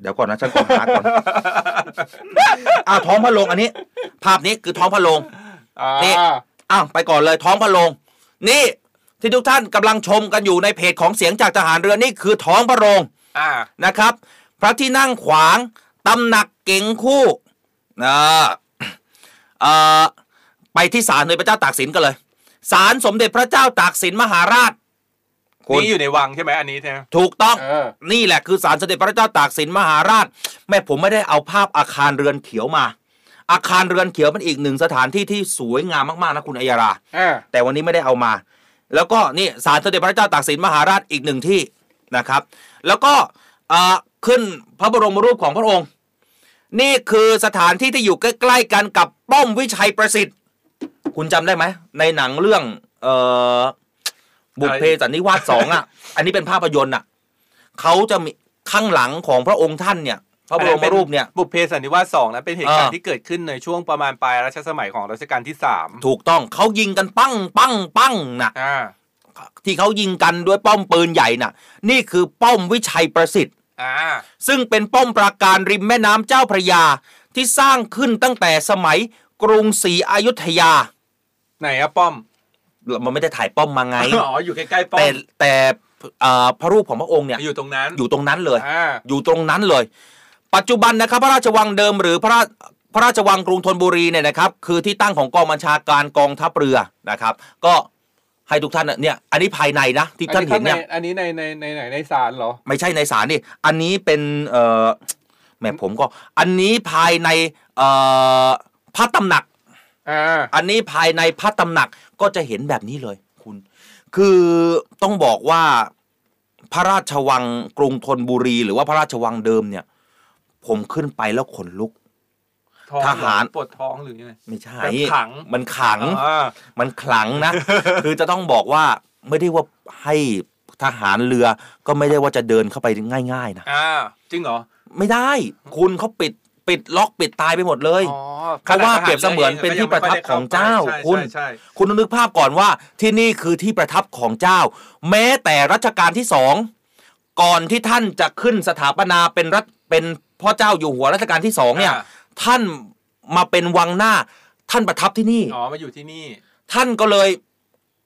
D: เดี๋ยวก่อนนะฉันขอหา
E: [LAUGHS]
D: ก่อน อ้าวท้องพระโรงอันนี้ ภาพนี้คือท้องพระโรง
E: อ่า
D: นี่ อ้าวไปก่อนเลยท้องพระโรงนี่ที่ทุกท่านกำลังชมกันอยู่ในเพจของเสียงจากทหารเรือนี่คือท้องพระโรง
E: อ่า
D: นะครับ พระที่นั่งขวางตำหนักเก่งคู่นะเอ่อไปที่ศาลเลยพระเจ้าตากสินกันเลยศาลสมเด็จพระเจ้าตากสินมหาราช
E: นี่อยู่ในวังใช่ไหมอันนี้ใช่ไหม
D: ถูกต้อง
E: เออ
D: นี่แหละคือศาลสมเด็จพระเจ้าตากสินมหาราช แม่ผมไม่ได้เอาภาพอาคารเรือนเขียวมา อาคารเรือนเขียวเป็นอีกหนึ่งสถานที่ที่สวยงามมากๆนะคุณอัยยารา
E: อ่า
D: แต่วันนี้ไม่ได้เอามา แล้วก็นี่ศาลสมเด็จพระเจ้าตากสินมหาราชอีกหนึ่งที่นะครับ แล้วก็เอ่อขึ้นพระบรมรูปของพระองค์ นี่คือสถานที่ที่อยู่ใกล้ๆกันกับป้อมวิชัยประสิทธิ์ คุณจำได้ไหม ในหนังเรื่องเอ่อบุพเพสันนิวาสสองอ่ะ อันนี้เป็นภาพยนตร์อ่ะเขาจะมีข้างหลังของพระองค์ท่านเนี่ย พระบรมรูปเนี่ย
E: บุพเพสันนิวาสสองนะเป็นเหตุการณ์
D: เออ
E: ที่เกิดขึ้นในช่วงประมาณปลายรัชสมัยของรัชกาลที่สาม
D: ถูกต้องเขายิงกันปั้งปั้งปั้งนะ
E: อ่า
D: ที่เขายิงกันด้วยป้อมปืนใหญ่น่ะ นี่คือป้อมวิชัยประสิทธิ์
E: อ่า
D: ซึ่งเป็นป้อมปราการริมแม่น้ำเจ้าพระยา ที่สร้างขึ้นตั้งแต่สมัยกรุงศรีอยุธยา
E: ไหนอะป้อม
D: มันไม่ได้ถ่าย [LAUGHS] ป้อมมาไง
E: อ๋ออยู่ใกล้ๆป้อ
D: แต่
E: ม
D: แต่เอ่อพระรูปของพระองค์เนี่ย
E: อยู่ตรงนั้น
D: อยู่ตรงนั้นเลย
E: อ่า
D: อยู่ตรงนั้นเลย ปัจจุบันนะครับพระราชวังเดิมหรือพระราพระราชวังกรุงธนบุรีเนี่ยนะครับ คือที่ตั้งของกองบัญชาการกองทัพเรือนะครับ ก็ให้ทุกท่านน่ะเนี่ยอันนี้ภายในนะที่ท่านเห็นเนี่ย
E: อันนี้ในในในไหนในศาลเหรอ
D: ไม่ใช่ในศาลนี่ อันนี้เป็นเอ่อ แหม่ผมก็ อันนี้ภายในเอ่อพระตำหนัก
E: อ่า
D: อันนี้ภายในพระตำหนักก็จะเห็นแบบนี้เลยคุณ คือต้องบอกว่าพระราชวังกรุงธนบุรี หรือว่าพระราชวังเดิมเนี่ย ผมขึ้นไปแล้วขนลุก
E: ท้อง
D: ทหาร
E: ปวดท้องหรือยังไง
D: ไม่ใช่
E: มันขลัง
D: มันขลัง
E: อ่า
D: มันขลังนะ คือจะต้องบอกว่าไม่ได้ว่าให้ทหารเรือก็ไม่ได้ว่าจะเดินเข้าไปง่าย ๆ นะ
E: อ่า จริงเหรอ
D: ไม่ได้ คุณเขาปิดปิดล็อกปิดตายไปหมดเลย
E: อ๋อ
D: เพราะว่าเปรียบเสมือนเป็นที่ประทับของเจ้า
E: ใช่ใช่
D: คุณ
E: ใช่
D: คุณต้องนึกภาพก่อนว่าที่นี่คือที่ประทับของเจ้า แม้แต่รัชกาลที่สองก่อนที่ท่านจะขึ้นสถาปนาเป็นรัฐเป็นพ่อเจ้าอยู่หัวรัชกาลที่สองเนี่ย
E: อ่า
D: ท่านมาเป็นวังหน้าท่านประทับที่นี่
E: อ๋อ มาอยู่ที่นี่
D: ท่านก็เลย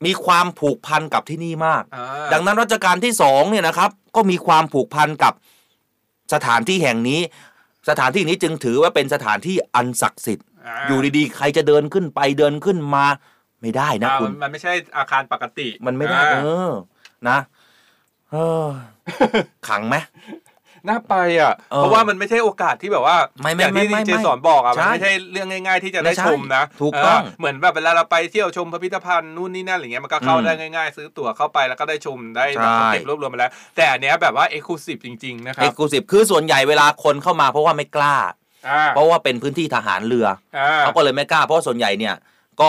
D: มีความผูกพันกับที่นี่มาก
E: อ่า
D: ดังนั้นรัชกาลที่สองเนี่ยนะครับ ก็มีความผูกพันกับสถานที่แห่งนี้ สถานที่นี้จึงถือว่าเป็นสถานที่อันศักดิ์สิทธิ์
E: า
D: อยู่ดีๆ ใครจะเดินขึ้นไปเดินขึ้นมาไม่ได้นะ
E: อ่า
D: คุ
E: มั
D: ณ
E: นมันไม่ใช่อาคารปกติ
D: มันไม่ได้
E: อ่า
D: เออนะเอ
E: [LAUGHS]
D: อขังไหม
E: น่าไปอ่ะ
D: เออ
E: เพราะว่ามันไม่ใช่โอกาสที่แบบว่า
D: ไม่ไม่
E: อย่างที่
D: ไม่ไม่
E: ดีเจ
D: ไม่
E: สอนบอกอ่ะ
D: ใช่
E: มันไม่ใช่เรื่องง่าย ๆ ที่จะได้
D: ไม่ใช่
E: ชมนะ
D: ถูกต้อง
E: เเหมือนแบบเวลาเราไปเที่ยวชมพิพิธภัณฑ์นู่นนี่นั่นอะไรเงี้ยมันก็เข้า
D: อืม
E: ได้ง่ายๆ ซื้อตั๋วเข้าไปแล้วก็ได้ชมได้
D: ใช่
E: แบบเก็บรวบรวมมาแล้ว แต่อันเนี้ยแบบว่าเอกลูซีฟจริงๆนะค
D: เอ
E: รับ
D: กลูซีฟคือส่วนใหญ่เวลาคนเข้ามาเพราะว่าไม่กล้า
E: อ่า
D: เพราะว่าเป็นพื้นที่ทหารเรือ
E: อ่า
D: เขาก็เลยไม่กล้าเพราะส่วนใหญ่เนี่ย ก็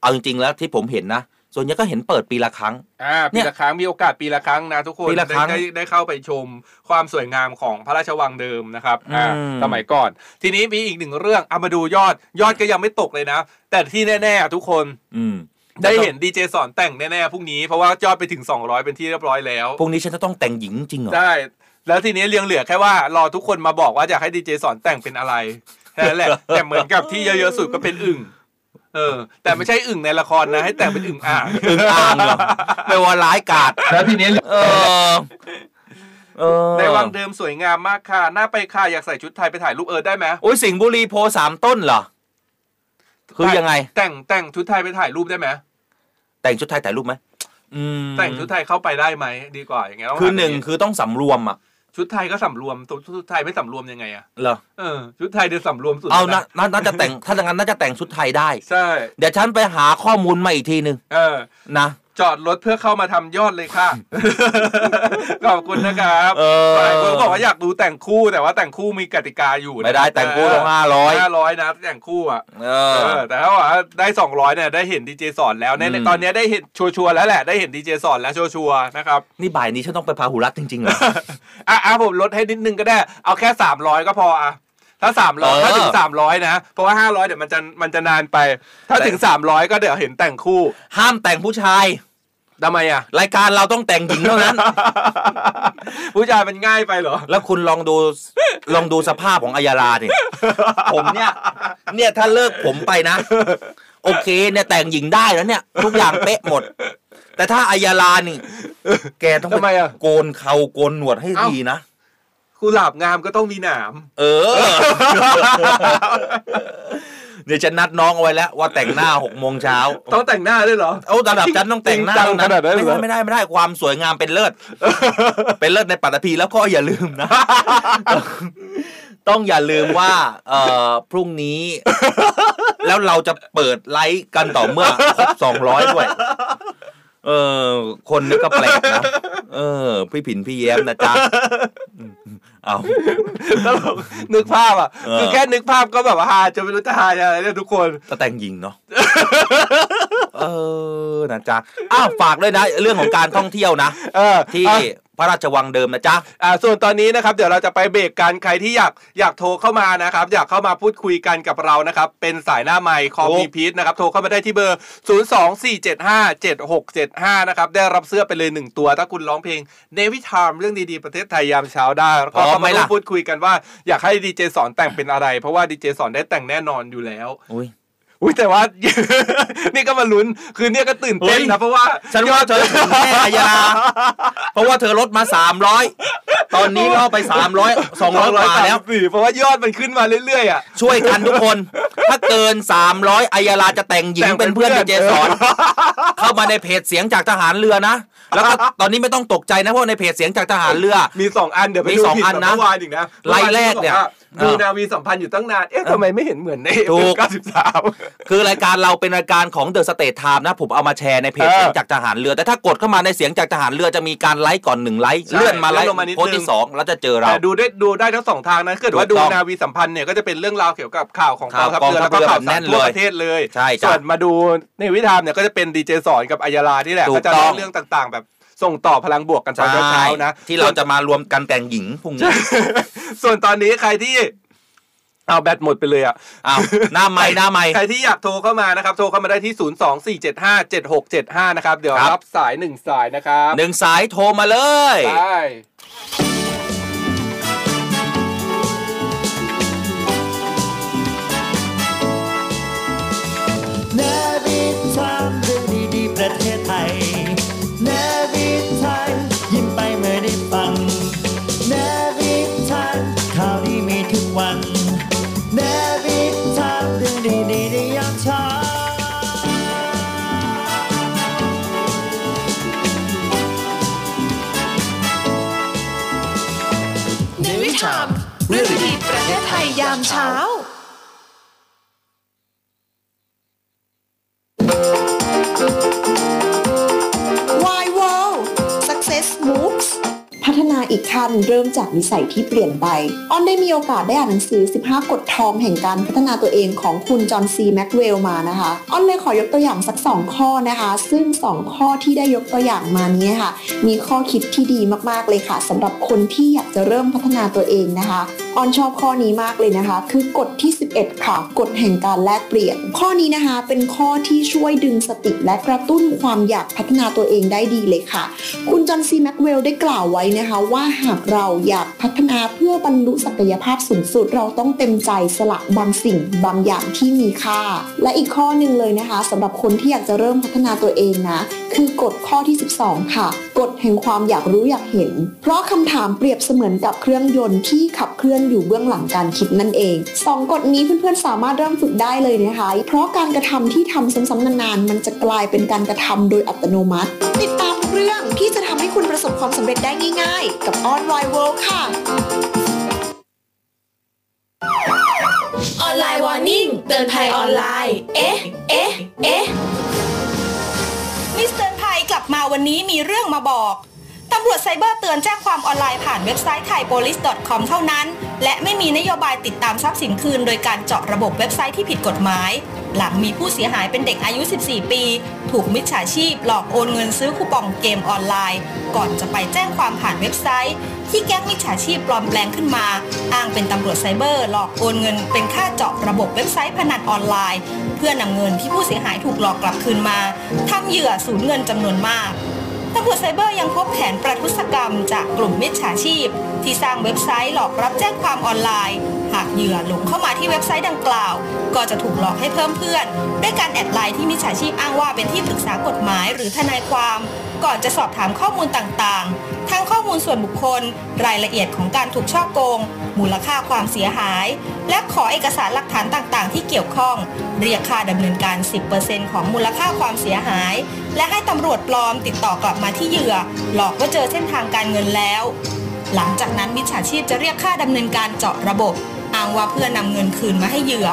D: เอาจริงๆแล้วที่ผมเห็นนะ ส่วนใหญ่ก็เห็นเปิดปีละครั้ง
E: อ่าปีละครั้งมีโอกาสปีละครั้งนะทุกคน
D: ปีละครั้ง
E: ได้ได้ได้เข้าไปชมความสวยงามของพระราชวังเดิมนะครับอ่า
D: อืม
E: สมัยก่อน ทีนี้มีอีกหนึ่งเรื่องเอามาดูยอดยอดก็ยังไม่ตกเลยนะ แต่ที่แน่ๆอ่ะทุกคน
D: อืม
E: ได้เห็นดีเจสอนแต่งแน่ๆพรุ่งนี้เพราะว่ายอดไปถึง 200 เป็นที่เรียบร้อยแล้ว
D: พรุ่งนี้ฉันจะต้องแต่งหญิงจริงเหรอ
E: ได้ แล้วทีนี้เรียงเหลือแค่ว่ารอทุกคนมาบอกว่าอยากให้ดีเจสอนแต่งเป็นอะไรแค่นั้นแหละ แต่เหมือนกับที่เยอะๆสุดก็เป็นอึ่งเออ แต่ไม่ใช่อึ่งในละครนะ ให้แต่งเป็นอึ่งอ่าง
D: อึ่งอ่างเห
E: [LAUGHS]
D: รอไม่ว่าร้ายกาด
E: แล้วทีนี้
D: เออเออ
E: ในวังเดิมสวยงามมากค่ะ หน้าไปค่ะอยากใส่ชุดไทยไปถ่ายรูปเออได้ไหม
D: โอ้ยสิงห์บุรีโพสามต้นเหรอ คือยังไง
E: แต่งแต่งชุดไทยไปถ่ายรูปได้ไหม
D: แต่งชุดไทยถ่ายรูปไหมอืม
E: แต่งชุดไทยเข้าไปได้ไหมดีกว่าอย่างเงี้ยต้
D: คือ
E: ถาม
D: หนึ่งคือต้องสำรวมอ่ะ
E: ชุดไทยก็สำรวมตัวชุดไทยไม่สำรวมยังไงอะ
D: เหรอ
E: เออชุดไทยเดินสำรวมสุด
D: เอา
E: แล้ว
D: นะน่าน่าจะแต่ง [LAUGHS] ถ้าอย่างนั้นน่าจะแต่งชุดไทยได้
E: ใช่
D: เดี๋ยวฉันไปหาข้อมูลมาอีกทีหนึ่ง
E: เออ
D: นะ
E: จอดรถเพื่อเข้ามาทำยอดเลย
D: [LAUGHS]
E: ค่ะ ขอบคุณนะครับ
D: เออ
E: หลายคนก็บอกว่าอยากดูแต่งคู่แต่ว่าแต่งคู่มีกติกาอยู่นะ
D: ไม่ได้แต่งคู่ต้องห้าร้อย
E: ห้าร้อยนะแต่งคู่อ่ะ
D: เอ
E: เอ
D: อ
E: อแต่ถ้าว่าได้ 200เนี่ยได้เห็นดีเจสอนแล้วใน
D: อืม
E: ตอนเนี้ยได้เห็นชัวร์ๆแล้วแหละได้เห็นดีเจสอนแล้วชัวร์ๆนะครับ
D: นี่บ่ายนี้ฉันต้องไปพาหุรัตจริงๆเหรอ
E: อ่ะอ่ะผมลดให้นิดนึงก็ได้ เอาแค่ 300 ก็พออ่ะถ้า
D: เออ
E: 300ถ้าถึง 300 นะ เพราะว่า 500เดี๋ยวมันจะมันจะนานไป ถ้า
D: แต่
E: ถึง 300 ก็เดี๋ยวเห็นแต่งคู่
D: ห้ามแต่งผู้ชาย
E: ทำไมอ่ะ
D: รายการเราต้องแต่งหญิงเท่านั้น
E: [LAUGHS] ผู้ชายมันง่ายไปเหรอ [LAUGHS]
D: แล้วคุณลองดูลองดูสภาพของอายาลาดิ ผมเนี่ย [LAUGHS] เนี่ยถ้าเลิกผมไปนะ [LAUGHS] โอเคเนี่ยแต่งหญิงได้แล้วเนี่ย ทุกอย่างเป๊ะหมด แต่ถ้าอายาลานี่ แกต้อง
E: ทำไมอะ
D: โกนเขาโกนหนวดให้ดีนะ
E: กุหลาบงามก็ต้องมีหนาม
D: เออ เดี๋ยวฉันนัดน้องเอาไว้แล้ว ว่าแต่งหน้าหกโมงเช้า
E: ต้องแต่งหน้าด้วยเหรอ
D: เอาระดับฉันต้องแต่งหน้า
E: จริงจังขนาดนั้น
D: ไม่
E: เหร
D: ได้
E: อ
D: ไม่ได้ไม่ได้ความสวยงามเป็นเลิศ เป็นเลิศในปัตตภีแล้วก็อย่าลืม
E: [LAUGHS]
D: นะ ต้องต้องอย่าลืมว่าเอ่อพรุ่งนี้ แล้วเราจะเปิดไลฟ์กันต่อเมื่อครบสองร้อยด้วย เออ คนนี้ก็แปลกนะ เออ พี่ผินพี่แย้มนะจ๊ะอืมเอา
E: ตลกนึกภาพอ่ะ
D: เออ
E: คือแค่นึกภาพก็แบบว่าฮาจะไม่รู้จะฮาจะอะไรเนี่ยทุกคน
D: ก็แต่งหญิงเนาะ เออนะจ๊ะอ้าวฝากด้วยนะ เรื่องของการท่องเที่ยวนะ
E: เออ
D: ที่
E: อ่ะ
D: พระราชวังเดิมนะจ๊ะ
E: อ่าส่วนตอนนี้นะครับเดี๋ยวเราจะไปเบรกกันใครที่อยากอยากโทรเข้ามานะครับ อยากเข้ามาพูดคุยกันกับเรานะครับ เป็นสายหน้าไมค์คอม
D: โอ้
E: มีพีทนะครับ โทรเข้ามาได้ที่เบอร์ 024757675 นะครับ ได้รับเสื้อไปเลยหนึ่งตัว ถ้าคุณร้องเพลงเนวิทามเรื่องดีๆประเทศไทยยามเช้าได้แล้วก็เข้ามาร่วมพูดคุยกันว่าอยากให้ดีเจสอนแต่งเป็นอะไร เพราะว่าดีเจสอนได้แต่งแน่นอนอยู่แล้ว
D: อุ้ย
E: อุ้ยแต่ว่า [LAUGHS] นี่ก็มาลุ้นคือเนี่ยก็ตื่นเต้น
D: เฮ้ย
E: นะเพราะว่า
D: ฉันว่าเธอถึงแน่อายาเพราะว่าเธอลดมาสามร้อยตอนนี้ล่อไปสามร้อยสองร้อยกว่าแล้ว
E: สี่เพราะว่ายอดมันขึ้นมาเรื่อยๆอ่ะ
D: ช่วยกันทุกคน ถ้าเกินสามร้อยอายาลาจะแต่งหญิงเป็นเพื่อนดีเจสอน เข้ามาในเพจเสียงจากทหารเรือนะ แล้วก็ตอนนี้ไม่ต้องตกใจนะเพราะในเพจเสียงจากทหารเรือ
E: มีสองอันเดี๋ยวไป
D: มี
E: ดู
D: สอง
E: ผิด
D: อัน
E: แบบ
D: นะ
E: เมื่อวานอีกนะ
D: ไลน์แรกเนี่ย
E: ดูนาวีสัมพันธ์อยู่ตั้งนาน เอ๊ะทำไมไม่เห็นเหมือนใน
D: ถูก
E: เก้าสิบสาม
D: คือรายการเราเป็นรายการของเดอะสเตทไทม์นะ ผมเอามาแชร์ในเพจ
E: เออ
D: เสียงจากทหารเรือ แต่ถ้ากดเข้ามาในเสียงจากทหารเรือจะมีการไลค์ก่อนหนึ่งไลค์
E: ใช่
D: เลื่อนมาไลค์
E: เลื่อนลงมานิดนึง
D: โพสต์ที่สองแล้วจะเจอเรา
E: แต่ดูได้ดูได้ทั้งสองทางนะคือว่า
D: ถู
E: ดู
D: กต้อง
E: นาวีสัมพันธ์เนี่ยก็จะเป็นเรื่องราวเกี่ยวกับข่าวของก
D: ข่า
E: อ
D: ว
E: งทัพเรือ
D: ขอ
E: แล้
D: ง
E: ว
D: กองทัพเรือ
E: ก็ข่าว
D: แน่
E: สาร
D: นเล
E: ทั่ว
D: ย
E: ประเทศเลย
D: ใช่จ้ะ
E: ส่วนมาดูในวิธามเนี่ยก็จะเป็นดีเจสอนกับอัยยาลานี่แหละ
D: ถู
E: ก็
D: ก
E: จะ
D: ต้อง
E: เล่าเรื่องต่างๆ แบบส่งต่อพลังบวกกันตอนเช้าๆนะ
D: ที่เราจะมารวมกันแต่งหญิงพรุ่งนี้
E: [LAUGHS] ส่วนตอนนี้ใครที่เอาแบตหมดไปเลยอ่ะ [LAUGHS]
D: อ้าวหน้าไม่หน้าไม่
E: ใครที่อยากโทรเข้ามานะครับ โทรเข้ามาได้ที่ 024757675 นะครับ เดี๋ยว
D: ครับ
E: รับสายหนึ่งสายนะครับ
D: หนึ่งสายโทรมาเลย
E: ใช่
A: นาวิทามเรื่องดีๆประเทศไทยนาวิทามยิ้มไปเมื่อได้ฟังนาวิทามข่าวดีมีทุกวันนาวิทามเรื่องดีๆในยามเช้า
B: ในวิถามเรื่องดีๆประเทศไทยยามเช้า
C: Why World Success Moves พัฒนาอีกขั้นเริ่มจากวิสัยที่เปลี่ยนไป ออนได้มีโอกาสได้อ่านหนังสือ 15 กฎทองแห่งการพัฒนาตัวเองของคุณจอห์นซีแม็กเวลมานะคะ ออนเลยขอยกตัวอย่างสัก 2 ข้อนะคะ ซึ่ง 2 ข้อที่ได้ยกตัวอย่างมาเนี้ค่ะ มีข้อคิดที่ดีมากๆเลยค่ะสำหรับคนที่อยากจะเริ่มพัฒนาตัวเองนะคะ ออนชอบข้อนี้มากเลยนะคะ คือกฎที่ 11 ค่ะ กฎแห่งการแลกเปลี่ยน ข้อนี้นะคะเป็นข้อที่ช่วยดึงสติและกระตุ้นความอยากพัฒนาตัวเองได้ดีเลยค่ะ คุณจอห์นซีแม็กเวลได้กล่าวไว้นะคะ ว่าหากเราอยากพัฒนาเพื่อบรรลุศักยภาพสูงสุด เราต้องเต็มใจสละบางสิ่งบางอย่างที่มีค่า และอีกข้อหนึ่งเลยนะคะสำหรับคนที่อยากจะเริ่มพัฒนาตัวเองนะ คือกฎข้อที่ 12 ค่ะ กฎแห่งความอยากรู้อยากเห็น เพราะคำถามเปรียบเสมือนกับเครื่องยนต์ที่ขับเคลื่อนอยู่เบื้องหลังการคิดนั่นเองสองกฎนี้เพื่อนๆสามารถเริ่มฝึกได้เลยนะคะ เพราะการกระทำที่ทำซ้ำๆนานๆมันจะกลายเป็นการกระทำโดยอัตโนมัติ ติดตามทุกเรื่องที่จะทำให้คุณประสบความสำเร็จได้ง่ายๆ กับออนไลน์เวิลด์ค่ะ
B: ออนไลน์วอร์นิ่งเตือนภัยออนไลน์ เอ๊ะ เอ๊ะ เอ๊ะ
F: มิสเตอร์ไพยกลับมาวันนี้มีเรื่องมาบอก ตำรวจไซเบอร์เตือนแจ้งความออนไลน์ผ่านเว็บไซต์ไทย police com เท่านั้น และไม่มีนโยบายติดตามทรัพย์สินคืน โดยการเจาะระบบเว็บไซต์ที่ผิดกฎหมาย หลังมีผู้เสียหายเป็นเด็กอายุ 14 ปี ถูกมิจฉาชีพหลอกโอนเงินซื้อคูปองเกมออนไลน์ ก่อนจะไปแจ้งความผ่านเว็บไซต์ ที่แก๊งมิจฉาชีพปลอมแปลงขึ้นมา อ้างเป็นตำรวจไซเบอร์หลอกโอนเงินเป็นค่าเจาะระบบเว็บไซต์พนันออนไลน์ เพื่อนำเงินที่ผู้เสียหายถูกหลอกกลับคืนมาทำเหยื่อสูญเงินจำนวนมาก ตำรวจไซเบอร์ยังพบแผนประทุษกรรมจากกลุ่มมิจฉาชีพ ที่สร้างเว็บไซต์หลอกรับแจ้งความออนไลน์ หากเหยื่อหลงเข้ามาที่เว็บไซต์ดังกล่าว ก็จะถูกหลอกให้เพิ่มเพื่อน ด้วยการแอดไลน์ที่มิจฉาชีพอ้างว่าเป็นที่ปรึกษากฎหมายหรือทนายความ ก่อนจะสอบถามข้อมูลต่างๆ ทั้งข้อมูลส่วนบุคคล รายละเอียดของการถูกช่อโกง มูลค่าความเสียหาย และขอเอกสารหลักฐานต่างๆ ที่เกี่ยวข้อง เรียกค่าดำเนินการ 10%ของมูลค่าความเสียหาย และให้ตำรวจปลอมติดต่อกลับมาที่เหยื่อ หลอกว่าเจอเส้นทางการเงินแล้ว หลังจากนั้นมิจฉาชีพจะเรียกค่าดำเนินการเจาะระบบ อ้างว่าเพื่อนำเงินคืนมาให้เหยื่อ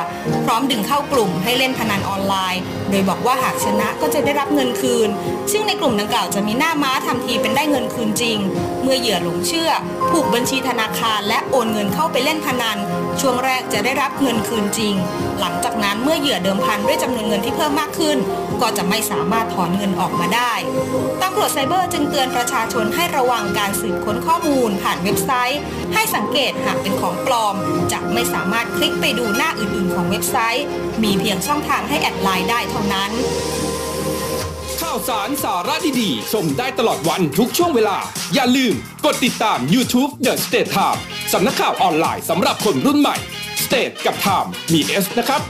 F: พร้อมดึงเข้ากลุ่มให้เล่นพนันออนไลน์ โดยบอกว่าหากชนะก็จะได้รับเงินคืน ซึ่งในกลุ่มดังกล่าวจะมีหน้าม้าทำทีเป็นได้เงินคืนจริง เมื่อเหยื่อหลงเชื่อ ผูกบัญชีธนาคารและโอนเงินเข้าไปเล่นพนัน ช่วงแรกจะได้รับเงินคืนจริง หลังจากนั้นเมื่อเหยื่อเดิมพันด้วยจำนวนเงินที่เพิ่มมากขึ้น ก็จะไม่สามารถถอนเงินออกมาได้ตำรวจไซเบอร์จึงเตือนประชาชนให้ระวังการสืบค้นข้อมูลผ่านเว็บไซต์ ให้สังเกตหากเป็นของปลอม จะไม่สามารถคลิกไปดูหน้าอื่นๆ ของเว็บไซต์ มีเพียงช่องทางให้แอดไลน์ได้เท่านั้น
G: ข่าวสารสาระดีๆ ชมได้ตลอดวันทุกช่วงเวลา อย่าลืมกดติดตาม YouTube The State Time สำนักข่าวออนไลน์สำหรับคนรุ่นใหม่ State กับ Time มี S นะครับ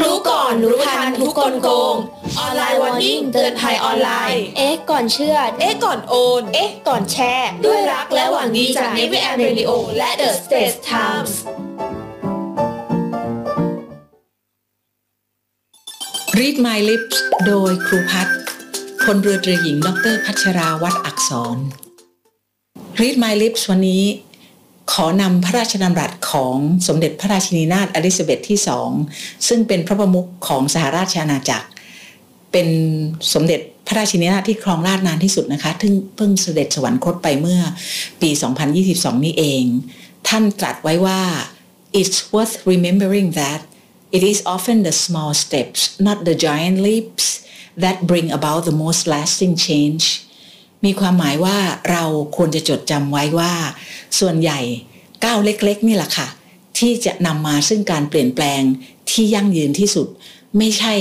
B: รู้ก่อนรู้ทันทุกกลโกง ออนไลน์วอร์นิ่งเตือนภัยออนไลน์
H: เอ๊ะก่อนเชื่อ
B: เอ๊ะ ก่อนโอน
H: เอ๊ะก่อนแชร์
B: ด้วยรักและหวังดีจาก Navy and Radio และ The States Times
C: Read My Lips โดยครูพัฒน์พลเรือตรีหญิง ดรพัชราวัตรอักษร Read My Lips วันนี้ ขอนำพระราชดำรัสของสมเด็จพระราชินีนาถอลิซาเบธที่สองซึ่งเป็นพระประมุขของสหราชอาณาจักร เป็นสมเด็จพระราชินีนาถที่ครองราชย์นานที่สุดนะคะทึ่งเพิ่งเสด็จสวรรคตไปเมื่อปี 2022 นี้เอง ท่านตรัสไว้ว่า it's worth remembering that it is often the small steps not the giant leaps that bring about the most lasting change มีความหมายว่าเราควรจะจดจำไว้ว่า ส่วนใหญ่ก้าวเล็กๆ นี่แหละค่ะ ที่จะนำมาซึ่งการเปลี่ยนแปลงที่ยั่งยืนที่สุด ไม่ใช่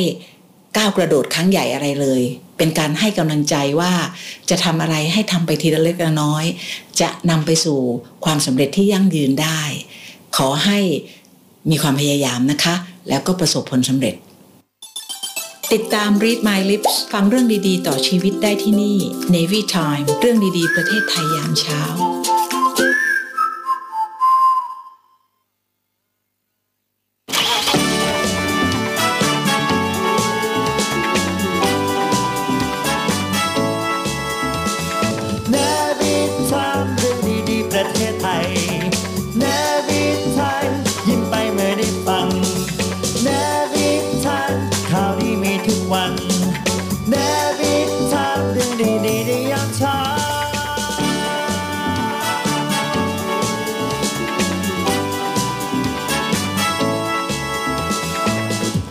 C: ก้าวกระโดดครั้งใหญ่อะไรเลย เป็นการให้กำลังใจว่าจะทำอะไรให้ทำไปทีละเล็กละน้อย จะนำไปสู่ความสำเร็จที่ยั่งยืนได้ ขอให้มีความพยายามนะคะ แล้วก็ประสบผลสำเร็จ ติดตาม Read My Lips ฟังเรื่องดีๆ ต่อชีวิตได้ที่นี่ Navy Time เรื่องดีๆ ประเทศไทยยามเช้า
A: เนวิทามเรื่องดีๆประเทศไทยเนวิทามยิ้มไปเมื่อได้ฟังเนวิทามข่าวดีมีทุกวันเนวิทามเรื่องดีๆในยามเช้า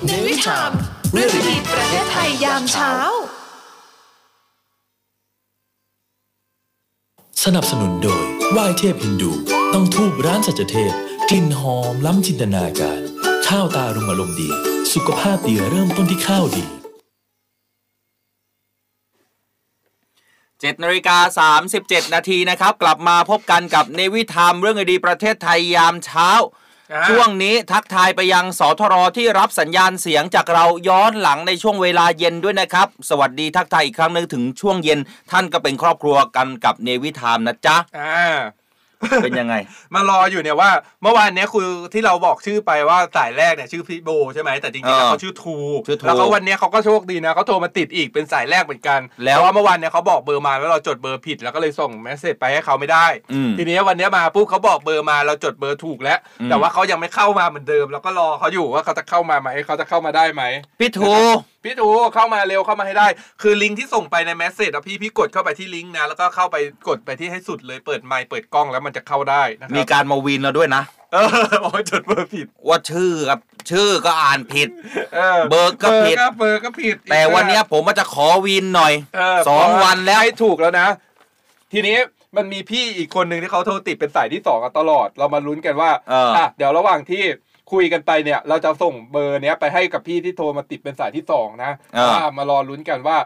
I: ในวิชามเรื่องดีประเทศไทยยามเช้า
J: สนับสนุนโดยไหว้เทพฮินดู ต้องทูบร้านสัจเทพ กลิ่นหอมล้ำจินตนาการ ข้าวตารุงอารมณ์ดี สุขภาพดีเริ่มต้นที่ข้าวดี
D: 7นาฬิกา37 นาทีนะครับ กลับมาพบกันกับเนวิทามเรื่องดีๆประเทศไทยยามเช้า
E: อ่า
D: ช่วงนี้ทักทายไปยังสทรที่รับสัญญาณเสียงจากเราย้อนหลังในช่วงเวลาเย็นด้วยนะครับ สวัสดีทักทายอีกครั้งหนึงถึงช่วงเย็น ท่านก็เป็นครอบครัวกันกับเนวิทามนะจ๊ะ
E: อ่า
D: เป็นยังไง
E: มารออยู่เนี่ยว่าเมื่อวานเนี้ยคือที่เราบอกชื่อไปว่าสายแรกเนี่ยชื่อพี่โบใช่ไหมแต่จริงๆแล้ว
D: อ่า
E: เขาชื่อทู
D: ชื่อทู
E: แล้วก็วันเนี้ยเขาก็โชคดีนะเขาโทรมาติดอีกเป็นสายแรกเหมือนกัน
D: แล้ว
E: เพราะาเมื่อวานเนี่ยเขาบอกเบอร์มาแล้วเราจดเบอร์ผิดแล้วก็เลยส่งเมสเซจไปให้เขาไม่ได้
D: อืม
E: ทีนี้วันเนี้ยมาปุ๊บเขาบอกเบอร์มาเราจดเบอร์ถูกแล้ว
D: อืม
E: แต่ว่าเขายังไม่เข้ามาเหมือนเดิมเราก็รอเขาอยู่ว่าเขาจะเข้ามาไหมเขาจะเข้ามาได้ไหม
D: พี่ทู
E: พี่ทูเข้ามาเร็วเข้ามาให้ได้ คือลิงก์ที่ส่งไปในแมสเซจอะพี่พี่กดเข้าไปที่ลิงก์นะแล้วก็เข้าไปกดไปที่ให้สุดเลยเปิดไมค์เปิดกล้องแล้วมันจะเข้าได้นะค
D: มี
E: รับ
D: การมาวีนเราด้วยนะ
E: เออโอ้ยจดเบอร์ผิด
D: ว่าชื่อกับชื่อก็อ่านผิด
E: เออ
D: เบอร์ก็ผิด
E: เบอร์ก็ผิด
D: แต่วันเนี้ยผมก็จะขอวีนหน่อย
E: เอ
D: สองวันแล้ว
E: ให้ถูกแล้วนะ ทีนี้มันมีพี่อีกคนหนึ่งที่เขาโทรติดเป็นสายที่สองอะตลอด เรามาลุ้นกันว่า
D: เอออ่
E: เดี๋ยวระหว่างที่คุยกันไปเนี่ย เราจะส่งเบอร์เนี้ยไปให้กับพี่ที่โทรมาติดเป็นสายที่สองนะว่ามารอลุ้นกันว่า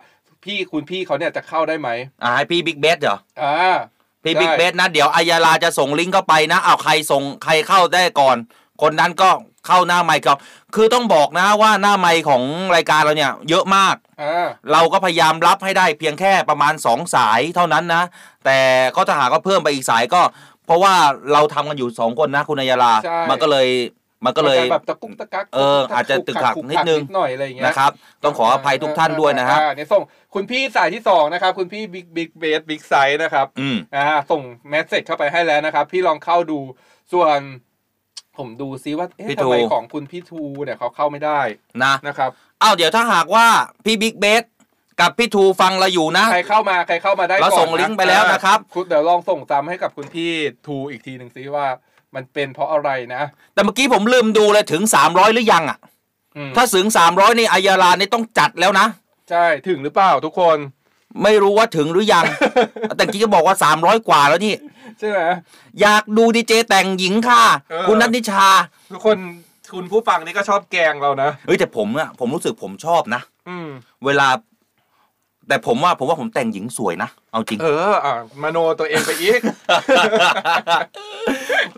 E: พี่คุณพี่เขาเนี่ยจะเข้าได้ไหม
D: อ่าให้พี่บิ๊กเบสเหรอ
E: อ่า
D: พี่
E: ได้
D: บิ๊กเบสนะ เดี๋ยวอายาลาจะส่งลิงก์เข้าไปนะเอาใครส่งใครเข้าได้ก่อน คนนั้นก็เข้าหน้าไมค์ครับคือต้องบอกนะว่าหน้าไมค์ของรายการเราเนี่ย เยอะมาก
E: อ่า
D: เราก็พยายามรับให้ได้เพียงแค่ประมาณ 2 สายเท่านั้นนะ แต่ก็ถ้าหากว่าเพิ่มไปอีกสายก็ เพราะว่าเราทำกันอยู่ 2 คนนะคุณอายาลา
E: ใช่
D: มันก็เลยมันก็เลย
E: แบบตะกุกตะกัก
D: เอออาจจะตึกขักนิดนึง
E: หน่อยอะไรอย่างเงี้ย
D: นะครับ ต้องขออภัยทุกท่านด้วยนะฮะ
E: อ่าเนี่ยส่งคุณพี่สายที่สองนะครับ คุณพี่บิ๊กบิ๊กเบสบิ๊กไซส์นะครับ
D: อืม
E: อ่าส่งเมสเซจเข้าไปให้แล้วนะครับ พี่ลองเข้าดูส่วน ผมดูซิว่าเอ๊ะ
D: พี่
E: ทำไม
D: ทู
E: ของคุณพี่ทูเนี่ยเขาเข้าไม่ได้
D: นะ
E: นะครับ
D: อ้าวเดี๋ยวถ้าหากว่าพี่บิ๊กเบสกับพี่ทูฟังเราอยู่นะ
E: ใครเข้ามาใครเข้ามาได้
D: เรา
E: ก่อนนะ
D: ส่งลิงก์ไปแล้วนะครับ
E: อ่าคุณเดี๋ยวลองส่งซ้ำให้กับคุณพี่ทูอีกทีหนึ่งซิว่ามันเป็นเพราะอะไรนะ
D: แต่เมื่อกี้ผมลืมดูเลยถึง 300 หรือยังอ่ะ
E: อืม
D: ถ้าถึง 300 นี่อายาลานี่ต้องจัดแล้วนะ
E: ใช่ถึงหรือเปล่าทุกคน [LAUGHS]
D: ไม่รู้ว่าถึงหรือยัง แต่เมื่อกี้ก็บอกว่า 300 กว่าแล้วนี่
E: ใช่ไหม
D: อยากดูดีเจแต่งหญิงค่ะ
E: เออ
D: คุณนัทนิชา
E: ทุกคนคุณผู้ฟังนี่ก็ชอบแกล้งเรานะ
D: เฮ้ย แต่ผมอะผมรู้สึกผมชอบนะ
E: อืม
D: เวลา แต่ผมว่าผมว่าผมแต่งหญิงสวยนะ เอาจริง
E: เอออ่ะมโนตัวเองไปอีก [LAUGHS]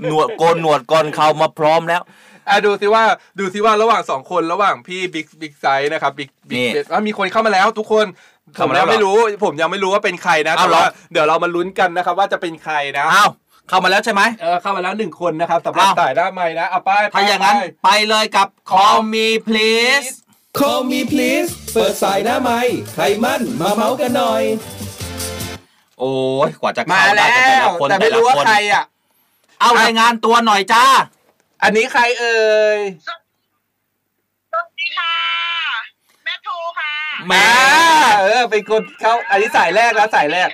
D: หนวดโกนหนวดกอนเขามาพร้อมแล้ว
E: อ่ะดูสิว่าดูสิว่าระหว่างสองคนระหว่างพี่บิ๊กบิ๊กไซส์นะครับบิ๊กบิ๊
D: นี่
E: กว่ามีคนเข้ามาแล้วทุกคนผ
D: เข้าม มาแล้
E: ยั
D: ว
E: งไม่รู้ ผมยังไม่รู้ว่าเป็นใครนะ
D: อ้าว
E: แต่
D: เหรอ
E: ว่าเดี๋ยวเรามาลุ้นกันนะครับ ว่าจะเป็นใครนะ
D: อ้าวเข้ามาแล้วใช่ไหม
E: เออเข้ามาแล้วหนึ่งคนนะครับสำหรับ
D: อ้าว
E: สายหน้าไม้นะเอาไปไป
D: ถ้าอย่างนั้น
E: ไป
D: ไปเลยกับ Call Me
E: ไป
D: Please
G: Call me please เปิดสายหน้าไม้ใครมั่นมาเมาส์กันหน่อย
D: โอ้ยกว่าจะ
E: มา
D: เข้าได้
E: แล้
D: แต่
E: ว
D: ละคน
E: แต่ไม่รู้
D: ละ
E: ว่า
D: คน
E: ใครอ่ะ
D: เอารายงานตัวหน่อยจ้า
E: อันนี้ใครเอ่ย
D: แหม
E: มาเออเป็นคนเข้าอันนี้สายแรกแล้วสายแรก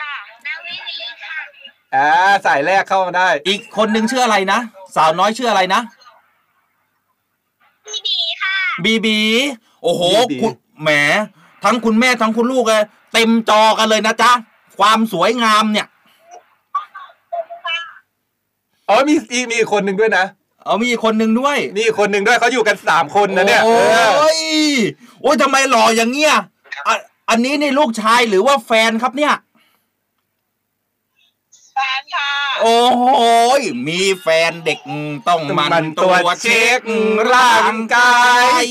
E: อ่าสายแรกเข้ามาได้
D: อีกคนนึงชื่ออะไรนะ สาวน้อยชื่ออะไรนะ บีบี โอ้โห
E: บีบี
D: คุณแหม ทั้งคุณแม่ทั้งคุณลูกเลยเต็มจอกันเลยนะจ๊ะ ความสวยงามเนี่ย
E: อ๋อมีอีกมีอีกคนหนึ่งด้วยนะ
D: เอามีอีกคนนึงด้วย
E: มีอีกคนหนึ่งด้วยเขาอยู่กันสามคนนะเนี่ย
D: โอ
E: เออ้
D: ยโอ้ยทำไมหล่ออย่างเงี้ยอ่ะอันนี้นี่ลูกชายหรือว่าแฟนครับเนี่ย โอ้โหยมีแฟนเด็กต้องมันตัวเช็คร่าง
E: [LAUGHS]
D: กาย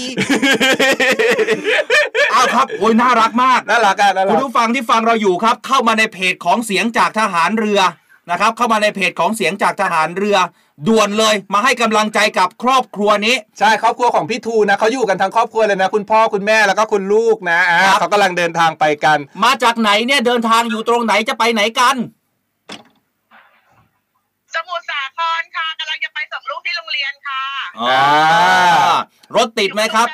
D: เอาครับโอ้ยน่ารักมาก
E: น่ารักอ่ะน่ารั
D: คุณ
E: ก
D: ผู้ฟังที่ฟังเราอยู่ครับ เข้ามาในเพจของเสียงจากทหารเรือนะครับ เข้ามาในเพจของเสียงจากทหารเรือ ด่วนเลยมาให้กำลังใจกับครอบครัวนี้
E: ใช่ครอบครัวของพี่ทูนะเขาอยู่กันทั้งครอบครัวเลยนะ คุณพ่อคุณแม่แล้วก็คุณลูกนะอ่า
D: ครับ
E: เขากำลังเดินทางไปกัน [LAUGHS]
D: มาจากไหนเนี่ยเดินทางอยู่ตรงไหนจะไปไหนกัน
K: สมุทรสาครค่ะกำลังจะไปส่งลูกที่โรงเรียนค่ะ
D: อ่า รถติดไหมครับ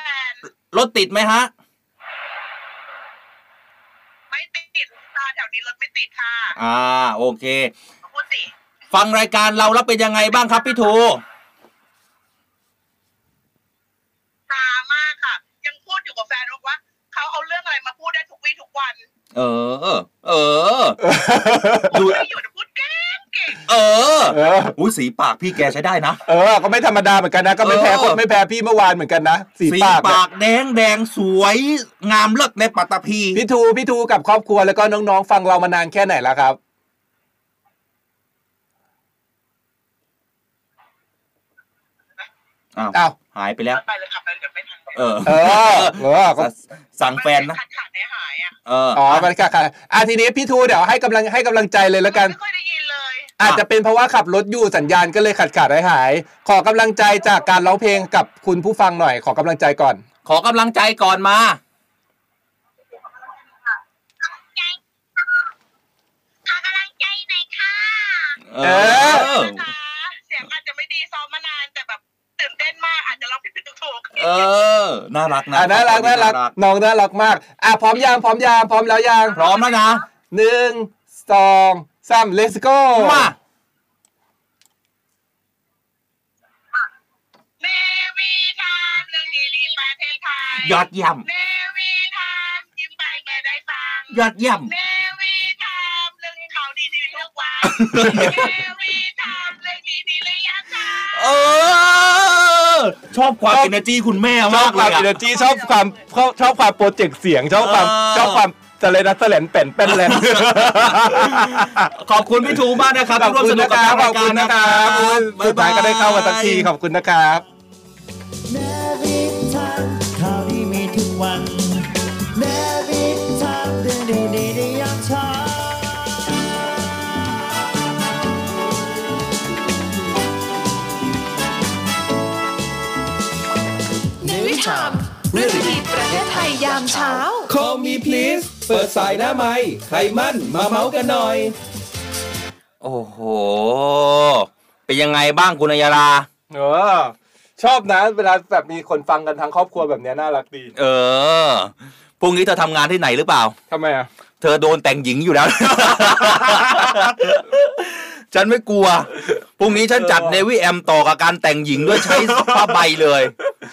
D: รถติดไหมฮะ
K: ไม่ติดค่ะแถวนี้รถไม่ติดค่ะ
D: อ่า โอเค
K: พูดสิ
D: ฟังรายการเราแล้วเป็นยังไงบ้างครับพี่ทู
K: ตามากค่ะ ยังพูดอยู่กับแฟนบอกว่าเขาเอาเรื่องอะไรมาพูดได้ทุกวี่ทุกวัน
D: เออ เออ ดู
K: ไม่อยู่แต่พูดเก่งเก่ง
D: เออ
E: เออ
D: อุ้ยสีปากพี่แกใช้ได้นะ
E: เออ ก็ไม่ธรรมดาเหมือนกันนะ ก็ไม่แพ้
D: เออ
E: ไม่แพ้พี่เมื่อวานเหมือนกันนะสีปากเนี่ย
D: ปากแดงแดงสวยงามเลิศในปัตตภี
E: พี่ทูพี่ทูกับครอบครัวแล้วก็น้องๆ ฟังเรามานานแค่ไหนแล้วครับ
D: อ้าว
E: อ้าว
D: หายไปแล้ว
K: ไปเลยค่ะไปเดี๋ยวไม่ทัน
D: เออ
E: เออเออก็
D: สสั่งแฟนนะ
K: ขาดขาดหายหายอ่ะ
D: เออ
E: อ๋อมันค่ะค่ะอ่ะทีนี้พี่ทูเดี๋ยวให้กำลังให้กำลังใจเลยแล้วกัน
K: ไม่ค่อยได้ยินเลย
E: อาจจะเป็นเพราะว่าขับรถอยู่สัญญาณก็เลยขาดขาดหายหายขอกำลังใจจากการร้องเพลงกับคุณผู้ฟังหน่อย ขอกำลังใจก่อน
D: ขอกำลังใจก่อนมา
K: ขากำลังใจหน่อยค่ะ
D: เอ
E: เอ
D: อ
E: อ
K: เสียงอาจจะไม่ดีซ้อมมานานแต่แบบตื่นเต้นมากอาจจะร้องผิดผิดถูกถูก
D: เออ น่ารักนะ
E: อ่ะน่ารักน่ารักน้องน่ารักมากอ่ะพร้อมยังพร้อมยังพร้อมแล้วยัง
D: พร้อมแล้วนะ
E: หนึ่งสองสาม let's go
D: มา
K: เนวีไทามเรื่องดีๆประเทศไทย
D: ยอดเยี่ยม
K: เนวีไทามยิ้มไปเมื่อได้ฟัง
D: ยอดเยี่ยม
K: เนวีทำเรื่องเขาดีๆทุกวัน เนวีทำเรื่องดีๆเลยยะค่ะ
D: เออ ชอบความเอเนจีคุณแม่
E: ชอ
D: มา
E: บ
D: ก
E: ค
D: เล
E: วาม
D: ย
E: อินเนอ
D: อะ
E: ร์จีชอบความชอบความโปรเจกต์เสียงชอบความ
D: เออ
E: ชอบความจะเลยนะแสลนเป็นเป็นแลน
D: ขอบคุณพี่ทูมากนะครับ
E: ขอบ
D: ที่ร่วมส
E: คุณ
D: นุก
E: นะ
D: กับ
E: ครั
D: ทางรา
E: บขอย บ
D: กา
E: คุ
D: ร
E: ณ
D: นะ
E: นะ
D: ค
E: ค
D: รั
E: รั
D: บบ
E: สุดท้ายก็ได้เข้ามาสักทีขอบคุณนะครับ
A: Every time ข่าวดีมีทุกวัน Every time เรื่องดีๆในยามเช้า
B: ในวิถามเรื่องดีๆประเทศไทยยามเช้า
G: Call me please เปิดสายหน้าไม้ใครมั่นมาเมาส์กันหน่อย
D: โอ้โห เป็นยังไงบ้างคุณอัยรา
E: เออชอบนะ เวลาแบบมีคนฟังกันทั้งครอบครัวแบบเนี้ยน่ารักดี
D: เออ พรุ่งนี้เธอทำงานที่ไหนหรือเปล่า
E: ทำไมอ่ะ
D: เธอโดนแต่งหญิงอยู่แล้ว ฉันไม่กลัว พรุ่งนี้ฉันจัดเนวิแอมต่อกับการแต่งหญิงด้วยใช้ผ้าใบเลย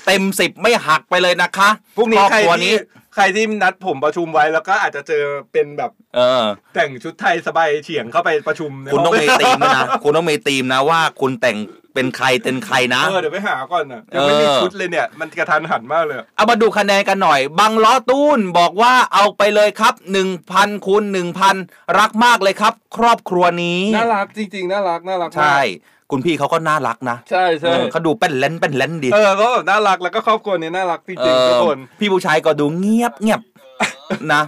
D: เต็มสิบไม่หักไปเลยนะคะ
E: พรุ่งนี้ใคร
D: อบว
E: ที่ใครที่นัดผมประชุมไว้แล้วก็อาจจะเจอเป็นแบบ
D: เออ
E: แต่งชุดไทยสบายเฉียงเข้าไปประชุมใน
D: คุณต้อง
E: ห้
D: มีธีมด้วยนะ คุณต้องมีธีมนะว่าคุณแต่งเป็นใครเป็นใครนะ
E: เออเดี๋ยวไปหาก่อนนะยังไม่มี
D: เออ
E: ชุดเลยเนี่ย มันกระทันหันมากเลย
D: เอามาดูคะแนนกันหน่อย บังล้อตูนบอกว่าเอาไปเลยครับ 1,000คูณ1,000 รักมากเลยครับ ครอบครัวนี้
E: น่ารักจริง ๆ น่ารักน่ารักมาก
D: ใช่ คุณพี่เขาก็น่ารักนะ
E: ใช่ใช่
D: เออเขาดูเป็นเล่นเป็นเล่นดี
E: เออก็แบบน่ารักแล้วก็ครอบครัวเนี้น่ารักจ
D: เอ
E: ริงๆทุก
D: อ
E: คน
D: พี่ผู้ชายก็ดูเงียบเงียบ [LAUGHS] นะ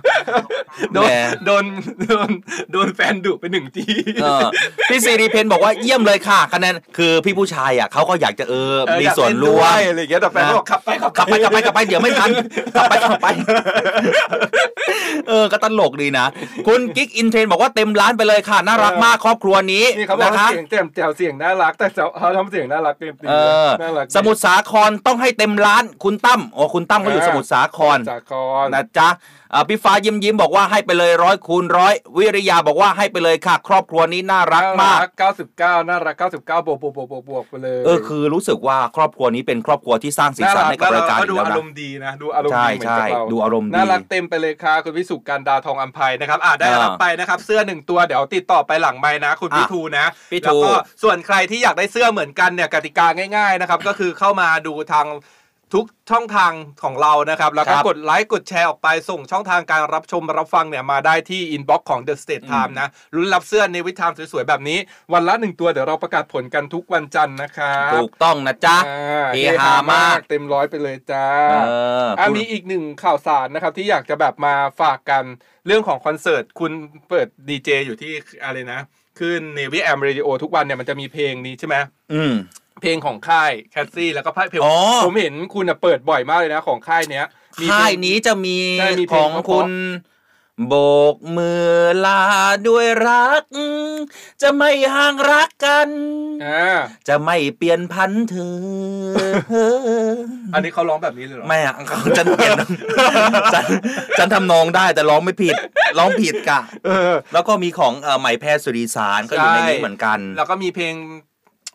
E: โดน
D: แหม
E: โดนโดนโดนแฟนดุไปหนึ่งที
D: เออพี่ซีรีเพนบอกว่าเยี่ยมเลยค่ะคะแนนคือพี่ผู้ชายอ่ะเขาก็อยากจะเออ
E: เออ
D: มี
E: อยาก
D: ส่วน
E: เล่น
D: ร่ว
E: ด้
D: ม
E: วยอะไรอย่างเงี้ยแต่แฟนก็บอกขับไปขับไป
D: ขับไปขับไปขับไปเดี๋ยวไม่ทันขับไปขับไปเออก็ตลกดีนะ คุณกิ๊กอินเทรนบอกว่าเต็มร้านไปเลยค่ะ น่ารักมากครอบครัวนี้
E: นี่เขาบอก
D: นะ
E: ว่า
D: คะ
E: เสียงเต็มแจวเสียงน่ารัก แต่เขาทำเสียงน่ารักเต็มตี
D: เออ
E: น่ารักดี
D: สมุทรสาครต้องให้เต็มร้านคุณตั้มโอ้คุณตั้มก็อยู่
E: เออ
D: สมุทรสาคร
E: สากร
D: นะจ๊ะเอ่อพี่ฟ้ายิ้มยิ้มบอกว่าให้ไปเลยร้อยคูณร้อยวิริยาบอกว่าให้ไปเลยค่ะ ครอบครัวนี้น่ารักมาก
E: 99น่ารัก 99บวกบวกบวกบวกบวกไปเลย
D: เออคือรู้สึกว่าครอบครัวนี้เป็นครอบครัวที่สร้างสีสันให้กับรายการ
E: ก็
D: อ
E: ดู
D: ยู่แล้ว
E: อา
D: นะ
E: รมณ์ดีนะดูอารมณ์ดีเหมือน
D: ใช่
E: กับเรา
D: ใช่ดูอารมณ์ดี
E: น่ารักเต็มไปเลยค่ะคุณวิสุการดาทองอัมภัยนะครับอ่าได้รับ
D: อ่า
E: ไปนะครับเสื้อหนึ่งตัวเดี๋ยวติดต่อไปหลังไม้นะ คุณ
D: อ่ะ
E: พี่ทูนะ
D: พี่ทู
E: แล้วก็ส่วนใครที่อยากได้เสื้อเหมือนกันเนี่ยกติกาง่าย ๆนะครับ ก็คือเข้ามาดูทาง ทุกช่องทางของเรานะครับ แล้วก็
D: ครับ
E: กดไลค์กดแชร์ออกไปส่งช่องทางการรับชมรับฟังเนี่ยมาได้ที่อินบ็อกซ์ของ The State Time นะรุ้นรับเสื้อในวิถีมสวย ๆ แบบนี้ วันละหนึ่งตัวเดี๋ยวเราประกาศผลกันทุกวันจันทร์นะครับ
D: ถูกต้องนะจ๊ะ
E: อ่
D: เฮฮามาก
E: เต็มร้อยไปเลยจ้า
D: เออคุ
E: อ่ะ
D: ณ
E: มีอีกหนึ่งข่าวสารนะครับ ที่อยากจะแบบมาฝากกันเรื่องของคอนเสิร์ต คุณเปิดดีเจอยู่ที่อะไรนะขึ้นเนวิแอมเรดิโอทุกวันเนี่ยมันจะมีเพลงนี้ใช่ไหม
D: อืม
E: เพลงของค่ายแคสซี่แล้วก็เพลง
D: อ๋อ
E: ผมเห็นคุณน่ะเปิดบ่อยมากเลยนะของค่ายเนี้ยมีเพลง
D: ค่ายนี้จะมี
E: ใช่มีเพ
D: ข
E: ล
D: อง
E: งเพราะๆ
D: คุณโบกมือลาด้วยรัก จะไม่ห่างรักกัน
E: อ่า
D: จะไม่เปลี่ยนพันเธอ
E: อันนี้เขาร้องแบบนี้เลยเหรอ
D: ไม่อะ [LAUGHS] เขาฉันเปลี่ยนฉันฉันทำนองได้แต่ร้องไม่ผิดร้องผิดกะ
E: เออ
D: แล้วก็มีของเอ่อไหมแพทย์สุริสารก็อยู่ในนี้เหมือนกัน
E: แล้วก็มีเพลง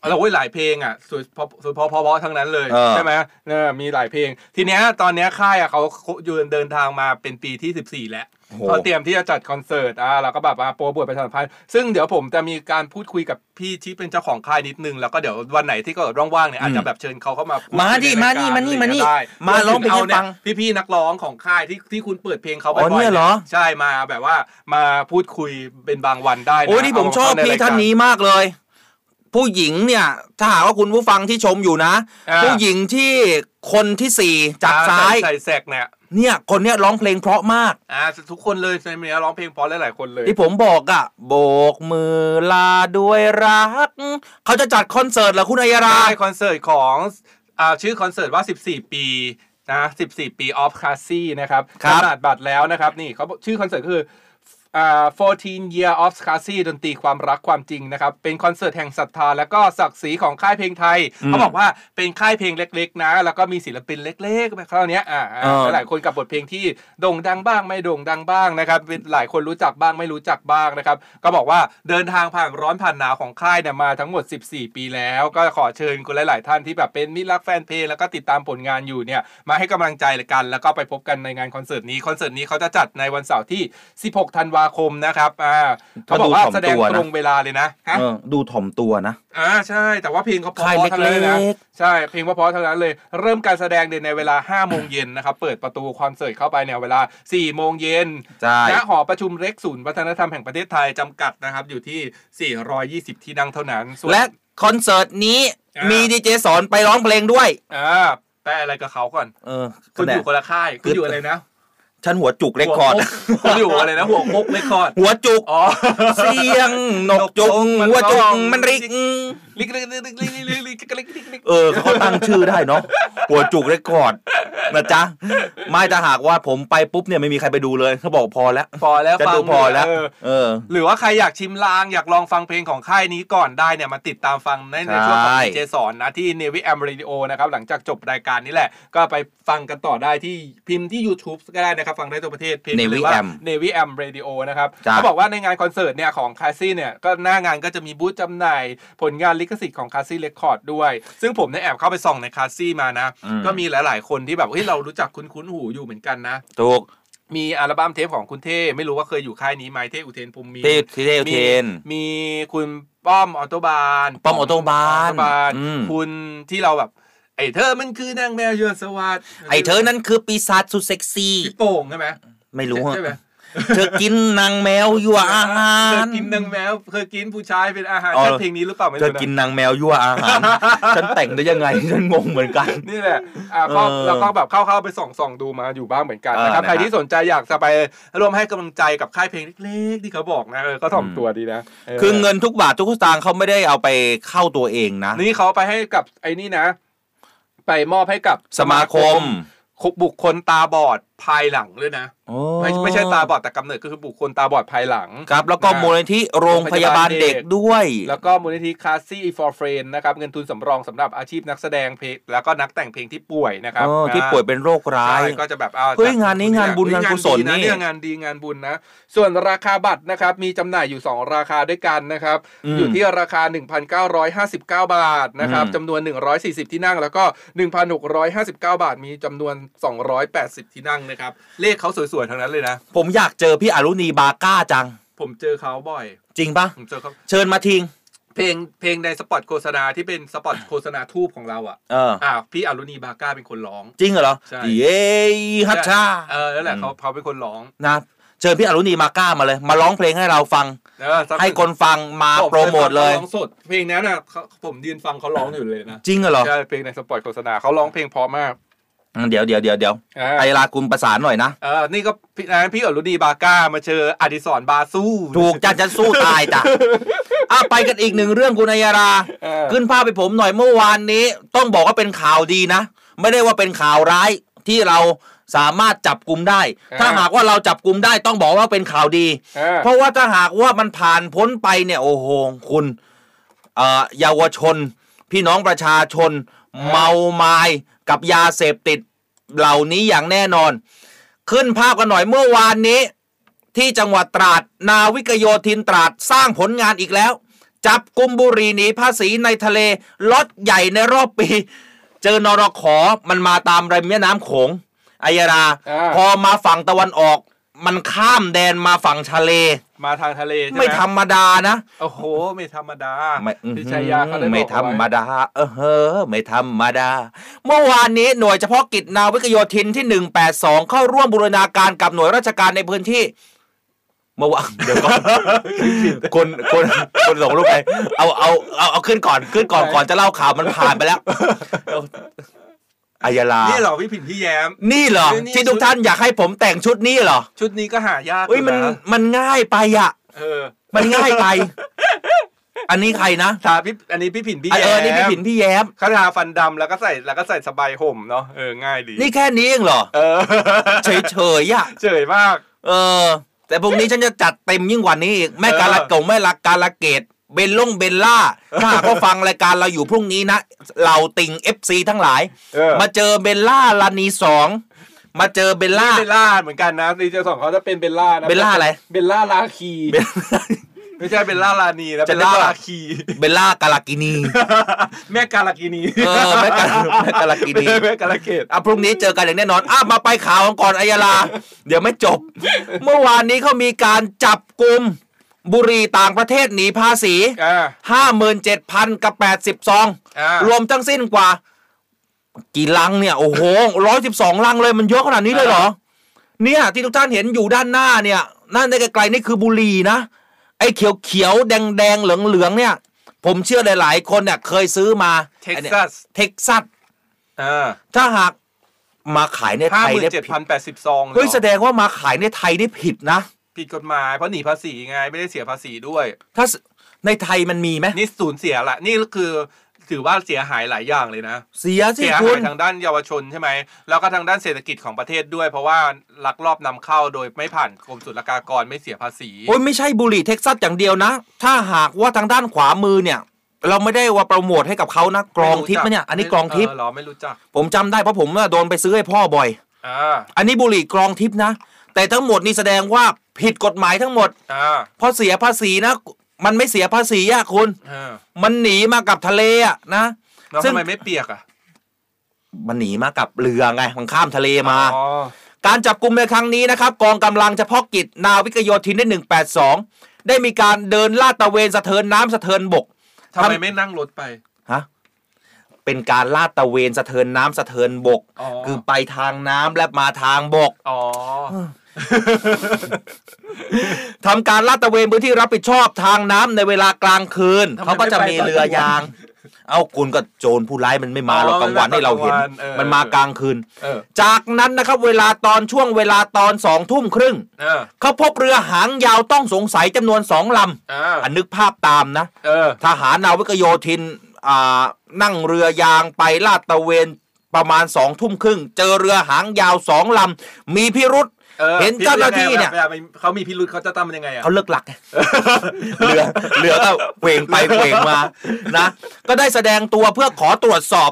E: เราเว้ยหลายเพลงอ่ะสวยพอสวยพอพอพอทั้งนั้นเลย
D: เออ
E: ใช่ไหมเออมีหลายเพลง ทีเนี้ยตอนเนี้ยค่ายอ่ะเขายืนเดินทางมาเป็นปีที่ 14 แล้ว
D: โอ้โห
E: เขาเตรียมที่จะจัดคอนเสิร์ตอ่าเราก็แบบมาโปรโมทประชาสัมพันธ์ซึ่งเดี๋ยวผมจะมีการพูดคุยกับพี่ที่เป็นเจ้าของค่ายนิดนึง แล้วก็เดี๋ยววันไหนที่ก็ว่างๆเนี่ยอาจจะแบบเชิญเขาเข้ามาพูด
D: มาดิ
E: คุยในรยกร
D: มานี่มานี่
E: ะไร
D: มานี่มาร้องเพลงให้
E: เาเนี่
D: ฟั
E: ย
D: ง
E: พี่ๆนักร้องของค่ายที่ที่คุณเปิดเพลงเขาบ่
D: อ๋
E: อ
D: อ
E: ยๆ
D: เนี่ยเหรอ
E: ใช่มาแบบว่ามาพูดคุยเป็นบางวันได้ะ
D: โอ้ยนี่ผม
E: เา
D: ชอบ
E: เข้ใร
D: พี่
E: ยกร
D: ท่านนี้มากเลย ผู้หญิงเนี่ย ถ้าหากว่าคุณผู้ฟังที่ชมอยู่นะ
E: อ่า
D: ผู้หญิงที่คนที่สี่จาก
E: อ่
D: ซ้าย
E: ใส่แสกเนี่ย
D: เนี่ยคนเนี้ยร้องเพลงเพราะมาก
E: อ่าทุกคนเลยในเมียร้องเพลงเพอหลายๆคนเลย
D: ที่ผมบอกอะ่ะ โบกมือลาด้วยรัก เขาจะจัดคอนเสิร์ตเหรอคุณอัยรา
E: ได้คอนเสิร์ตของอ่าชื่อคอนเสิร์ตว่า 14 ปีนะ14 ปีออฟคาซี่นะครับ
D: ครับ
E: จำหน่ายบัตรแล้วนะครับนี่เขาบอกชื่อคอนเสิร์ตคืออ่า14 year of c a s i ดนตรีความรักความจริงนะครับ เป็นคอนเสิร์ตแห่งศรัทธา และก็ศักดิ์ศรีของค่ายเพลงไทย
D: อืม
E: เขาบอกว่าเป็นค่ายเพลงเล็กๆ นะ แล้วก็มีศิลปินเล็กๆแบบคราวเนี้ยอ่าอ่า
D: เออ
E: หลายๆคนกับบทเพลงที่โด่งดังบ้างไม่โด่งดังบ้างนะครับเป็นหลายคนรู้จักบ้างไม่รู้จักบ้างนะครับ ก็บอกว่าเดินทางผ่านร้อนผ่านหนาวของค่ายเนี่ยมาทั้งหมด 14 ปีแล้ว ก็ขอเชิญคนหลาย ๆ ท่านที่แบบเป็นมิตรรักแฟนเพลงแล้วก็ติดตามผลงานอยู่เนี่ยมาให้กำลังใจกัน แล้วก็ไปพบกันในงานคอนเสิร์ตนี้คอนเสิร์ตนี้เขาจะจัดในวันเสาร์ที่ 16 ธันวาคมนะครับอ่าเขาบอกว่าแสดงตรงเวลาเลยนะฮะ
D: เออดูถ่อมตัวนะ
E: อ่าใช่ แต่ว่าเพลงเขาเพ
D: ค่าย
E: ราะๆทั้งนั้นเลยนะ
D: เล็ก
E: ใช่เพลงเพราะๆทั้งนั้นเลย เริ่มการแสดงในเวลา5โมงเย็นนะครับ เปิดประตูคอนเสิร์ตเข้าไปเนี่ยเวลา4โมงเย็น
D: ใช่
E: ณหอประชุมเล็กศูนย์วัฒนธรรมแห่งประเทศไทยจำกัดนะครับ อยู่ที่ 420 ที่นั่งเท่านั้นส่วน
D: และคอนเสิร์ตนี้
E: อ่ามี
D: มีดีเจสอนไปร้องเพลงด้วย
E: อ่าแปะอะไรกับเขาก่อน
D: เออ
E: คุณอยู่
D: แห
E: ค
D: ละ
E: นละค่าย คุณอยู่อะไรนะ
D: ฉันหัวจุกเล็กคอร์ด
E: หัวกคุณอยู่อะไรนะหัวโคกเลคคอร์ด
D: [LAUGHS] หัวจุก
E: อ๋อ
D: เสียงนกจุง
E: มัน
D: หัวจุ
E: ร้
D: ก
E: อง
D: มันริก
E: ลิกลิกลิกลิกลิกลิกลิกลิกลิกลิก
D: เออเขาตั้งชื่อได้เนาะ [LAUGHS] หัวจุกเรคคอร์ดนะจ๊ะ ไม่แต่หากว่าผมไปปุ๊บเนี่ยไม่มีใครไปดูเลยเขาบอกพอแล้ว
E: พอแล้ว
D: จะ
E: ฟัง
D: ดูพอแล้ว
E: เออ
D: เออ
E: หรือว่าใครอยากชิมลางอยากลองฟังเพลงของค่ายนี้ก่อนได้เนี่ยมาติดตามฟังในในช่วงของ
D: ใช่
E: ดีเจสอนนะที่ Navy Am Radio นะครับ หลังจากจบรายการนี้แหละ ก็ไปฟังกันต่อได้ที่พิมพ์ที่ YouTube ก็ได้นะครับ ฟังได้ทั่วประเทศพิมพ์
D: Navy
E: หรือว่า
D: Am
E: Navy Am Radio นะครับ
D: จ้ะ
E: เขาบอกว่าในงานคอนเสิร์ตเนี่ยของคาซี่เนี่ยก็หน้างานก็จะมีบูธจำหน่ายผลงานลิขสิทธิ์ของคาซี่เรคคอร์ดด้วย ซึ่งผมเนี่ยแอบเข้าไปส่องในคาซี่มานะ
D: อืม
E: ก็มีหลาย ๆ คนที่แบบเฮ้ยเรารู้จักคุ้นๆหูอยู่เหมือนกันนะ
D: ถูก
E: มีอัลบั้มเทปของคุณเท่ไม่รู้ว่าเคยอยู่ค่ายนี้ไหมเท่อุเทนภูมิมี
D: เทพเทพเทน
E: มีมีคุณป้อมออโตบาน
D: ป้อมออโตบาน
E: ออโตบาน
D: อืม
E: คุณที่เราแบบ ไอ้เธอมันคือนางแมวยวนสวัสด
D: ไอเธอนั้นคือปีศาจสุดเซ็กซี่
E: พี่โป่งใช่ไหม
D: ไม่รู้อะ
E: ใช่ไหม
D: เธอ [LAUGHS] กินนางแมวยั่วอาหา
E: เคย
D: ร
E: กินนางแมวเคยกินผู้ชายเป็นอาหาร
D: อ๋อ
E: ชาติเพลงนี้หรือเปล่าไม่
D: เธอ
E: รู้นะ
D: กินนางแมวยั่วอาหาร [LAUGHS] ฉันแต่งได้ยัง [LAUGHS] ไง ฉันงงเหมือนกัน
E: นี่แหละอ่ะก็
D: เออ
E: แล้วก็แบบเข้าๆไปส่องส่องดูมาอยู่บ้างเหมือนกันนะครับ
D: เออนะฮะ
E: ใครที่สนใจอยากจะไปร่วมให้กำลังใจกับค่ายเพลงเล็กๆที่เขาบอกนะเออก็ถ่อมตัวดีนะเ
D: คือเงินทุกบาททุกสตางค์เขาไม่ได้เอาไปเข้าตัวเองนะ
E: นี่เขาไปให้กับไอ้นี่นะ ไปมอบให้กับ
D: สมาคม
E: บุคคลตาบอดภายหลังด้วยนะ
D: โอ้
E: ไม่ไม่ใช่ตาบอดแต่กำเนิดก็คือบุคคลตาบอดภายหลัง
D: ครับ แล้วก็
E: นะ
D: มูลนิธิโรงพยาบาลเด็กด้วย
E: แล้วก็มูลนิธิคาซี่ for friend นะครับเงินทุนสำรองสำหรับอาชีพนักแสดงเพลงแล้วก็นักแต่งเพลงที่ป่วยนะครับ
D: เออที่
E: อ่า
D: ป่วยเป็นโรคร้าย
E: ใช่ก็จะแบบอ่
D: เฮ้ย
E: จัด
D: งานนี้งานบุญ
E: เฮ้ย
D: งานกุศล
E: ดีะ
D: นี่
E: เนี่ยงานดีงานบุญนะ ส่วนราคาบัตรนะครับ มีจำหน่ายอยู่ 2 ราคาด้วยกันนะครับ
D: อืม
E: อยู่ที่ราคา 1,959 บาทนะครับ
D: อืม
E: จำนวน 140 ที่นั่ง แล้วก็ 1,659 บาท มีจำนวน 280 ที่นั่งนะครับเลขเขาสวยๆทั้งนั้นเลยนะ
D: ผมอยากเจอพี่อารุณีบาก้าจัง
E: ผมเจอเขาบ่อย
D: จริงปะ
E: ผมเจอเขา
D: เชิญมาทิ้ง
E: เพลงเพลงในสปอตโฆษณาที่เป็นสปอตโฆษณาทูบของเราอ่ะ
D: เออ
E: อ่าพี่อรุณีบาก้าเป็นคนร้อง
D: จริงเหรอ
E: ใช่
D: เย้ฮัชชา
E: เออนั่นแหละ
D: อืม
E: เขาเขาเป็นคนร้อง
D: นะเชิญพี่อรุณีมาก้ามาเลย มาร้องเพลงให้เราฟัง
E: เออสัก
D: ให้คนฟังมา
E: ผ
D: โปรโมทเลย
E: คยฟังขาร้องสดเพลงนั้นน่ะเขาผมยืนฟังเขาร้องอยู่เลยนะ
D: จริงเหรอ
E: ใช่เพลงในสปอตโฆษณาเขาร้องเพลงเพราะมาก
D: อืมเดี๋ยวเดี๋ยวเดี๋ยวเดี๋ยว
E: อ่า
D: ไอรากุลประสานหน่อยนะ
E: เออนี่ก็พี่นะพี่อรุณีบาก้ามาเจออดิศรบาสู้
D: ถูกจ้ะฉันสู้ตาย
E: [LAUGHS]
D: จ้ะ อ่ะไปกันอีกหนึ่งเรื่องคุณอัยรา
E: เออ
D: ขึ้นภาพไปผมหน่อยเมื่อวานนี้ ต้องบอกว่าเป็นข่าวดีนะ ไม่ได้ว่าเป็นข่าวร้ายที่เราสามารถจับกลุ่มได้ ถ้าหากว่าเราจับกลุ่มได้ต้องบอกว่าเป็นข่าวดี
E: เออ
D: เพราะว่าถ้าหากว่ามันผ่านพ้นไปเนี่ยโอ้โหคุณเอ่อเยาวชน พี่น้องประชาชน เมาไม้กับยาเสพติดเหล่านี้อย่างแน่นอน ขึ้นภาพกันหน่อยเมื่อวานนี้ ที่จังหวัดตราด นาวิกโยธินตราดสร้างผลงานอีกแล้ว จับกุมบุหรีหนีภาษีในทะเลล็อตใหญ่ในรอบปี [LAUGHS] เจอนรขอมันมาตามริมแม่น้ำโขงอายรา
E: อ่า
D: พอมาฝั่งตะวันออก มันข้ามแดนมาฝั่งทะเล
E: มาทางทะเลใช่ห
D: ไม่ธรรมดานะ
E: โอ้โห ไม่ธรรมดา
D: ไม่อื้อ
E: พี่
D: หื
E: ชายาเขาได้
D: อไม่
E: บอก
D: ธร
E: เอา
D: ร
E: ไว้
D: มดา เออเฮ้อไม่ธรรมดา เมื่อวานนี้หน่วยเฉพาะกิจนาวิกโยธินที่ 182 เข้าร่วมบูรณาการกับหน่วยราชการในพื้นที่ เมื่อวานเดี๋ยวก่อน [LAUGHS] คนคนคนส่งรูปไปเอาเอาเอาเอาขึ้นก่อนขึ้นก่อนก่อนจะเล่าข่าวมันผ่านไป
E: [LAUGHS]
D: แล้วอายาลา
E: นี่เหรอพี่ผินพี่แย้ม
D: นี่เหรอ
E: นี่นี่
D: ที่ทุกท่านอยากให้ผมแต่งชุดนี้เหรอ
E: ชุดนี้ก็หายาก
D: เอ้ยมัน
E: นะ
D: มันง่ายไปอ่ะ
E: เออ
D: มันง่าย
E: [LAUGHS]
D: ไป อันนี้ใครนะ
E: ถามพี่อันนี้พี่ผินพี่
D: เอ
E: แย้ม
D: อ นี่พี่ผินพี่แย้ม
E: คาถาฟันดำแล้วก็ใส่แล้วก็ใส่สบายห่มเนาะเออง่ายดี
D: นี่แค่นี้เองเหรอ
E: เออ
D: เฉยๆอ่ะ
E: เฉยมาก
D: เออ แต่พวกนี้ฉันจะจัดเต็มยิ่งกว่านี้อีก แม่การละเก่าแม่ละการละเกต เบนลงเบนล่า ถ้าหากว่าฟังรายการเราอยู่พรุ่งนี้นะ เราติง FC ทั้งหลาย
E: เออ
D: มาเจอเบลล่าลานีสอง มาเจอเบลล่า
E: เบลล่าเหมือนกันนะดีเจสองเขาจะเป็นเบลล่านะ
D: เบลล่าอะไร
E: เบลล่าลาคี
D: เบล
E: ไม่ใช่เบลล่าลานีนะ
D: จะ
E: เบลล่า
D: เรียกว่า
E: ลาคี
D: เบลล่ากาลากินี
E: แม่กาลากินี
D: เออแม่กาแม่กาลากินี
E: ไม่ใช่แม่กาลาเกต
D: อ่ะพรุ่งนี้เจอกันอย่างแน่นอนอ่ะมาไปข่าวกันก่อนอัยยาลา เดี๋ยวไม่จบ เมื่อวานนี้เขามีการจับกลุ่มบุหรีต่างประเทศหนีภาษี
E: อ่า
D: 57,000 กับ 80 ซอง
E: อ่าร ร
D: วมทั้งสิ้นกว่า กี่ลังเนี่ย โอ้โห 112 ลังเลยมันเยอะขนาดนี้เลยเหรอ เนี่ย ที่ทุกท่านเห็นอยู่ด้านหน้าเนี่ยนั่นในไกลๆนี่คือบุหรี่นะ ไอ้เขียวเขียวแดงแดงๆเหลืองเหลืองๆเนี่ย ผมเชื่อหลายๆคนเนี่ยเคยซื้อมา
E: เท็ก
D: ไอ้นี่ย
E: ซัส
D: เท็กซัส
E: อ่า
D: ถ้าหากมาขายใน
E: ห้า
D: ไทย
E: หมื่น
D: เนี่ย
E: เจ็ด
D: ผิ
E: พั
D: ด
E: นแปดสิบซอง
D: เฮ้ยแสดงว่ามาขายในไทยนี่ผิดนะ
E: ผิดกฎหมายเพราะหนีภาษีไงไม่ได้เสียภาษีด้วย
D: ถ้าสในไทยมันมีไหม
E: นี่สูญเสียละนี่คือถือว่าเสียหายหลายอย่างเลยนะ
D: เสียสิ
E: เสีย
D: คุ
E: หาย
D: ณ
E: ทางด้านเยาวชนใช่ไหม แล้วก็ทางด้านเศรษฐกิจของประเทศด้วย เพราะว่าลักลอบนำเข้าโดยไม่ผ่านกรมศุลกากรไม่เสียภาษี
D: โอ้ยไม่ใช่บุหรี่เท็กซัสอย่างเดียวนะ ถ้าหากว่าทางด้านขวามือเนี่ย เราไม่ได้ว่าโปรโมทให้กับเขานะกรองทิพย์ปะเนี่ย อันนี้กรองทิพย์
E: เเหรอไม่รู้จัก
D: ผมจำได้เพราะผมน่ะโดนไปซื้อให้พ่อบ่อย
E: อ่า
D: อันนี้บุหรี่กรองทิพย์นะ แต่ทั้งหมดนี่แสดงว่าผิดกฎหมายทั้งหมด
E: อ่า
D: เพอเสียภาษีนะ มันไม่เสียภาษีอะคุณ
E: อ่า
D: มันหนีมากับทะเลอะนะ
E: แล้ว
D: ซึ่ง
E: ทำไมไม่เปียกอ่ะ
D: มันหนีมากับเรือไงมันข้ามทะเลมา
E: อ๋อ
D: การจับกลุ่มในครั้งนี้นะครับ กองกำลังเฉพาะกิจนาวิกโยธินได้182 ได้มีการเดินลาดตระเวนสะเทินน้ำสะเทินบก
E: ทำไมไม่นั่งรถไป
D: ฮะเป็นการลาดตระเวนสะเทินน้ำสะเทินบก
E: อ๋อ
D: คือไปทางน้ำและมาทางบก
E: อ๋อ
D: ทำการลาดตระเวนพื้นที่รับผิดชอบทางน้ำในเวลากลางคืน เขาก็จะมีเรือยาง เอาคุณก็โจรผู้ร้ายมันไม่มาหรอก
E: อ๋อก
D: ลางวัน
E: มันมา
D: ให้เราเห็น
E: กลางวันเออ
D: มันมากลางคืน
E: เออ
D: จากนั้นนะครับเวลาตอนช่วงเวลาตอนสองทุ่มครึ่ง
E: เออ
D: เขาพบเรือหางยาวต้องสงสัยจำนวนสองลำ
E: เออ
D: อันนึกภาพตามนะ
E: เออ
D: ทหารนาวิกโยธินอ่านั่งเรือยางไปลาดตระเวนประมาณสองทุ่มครึ่ง เจอเรือหางยาวสองลำ มีพิรุษ เห็นเจ้าหน้าที่เนี่ย
E: วลาเขามีพิรุษเขาจะทำยังไงอ่ะ
D: เขาเลิกหลักไง เรือเรือก็เกวงไปเกวงมานะ ก็ได้แสดงตัวเพื่อขอตรวจสอบ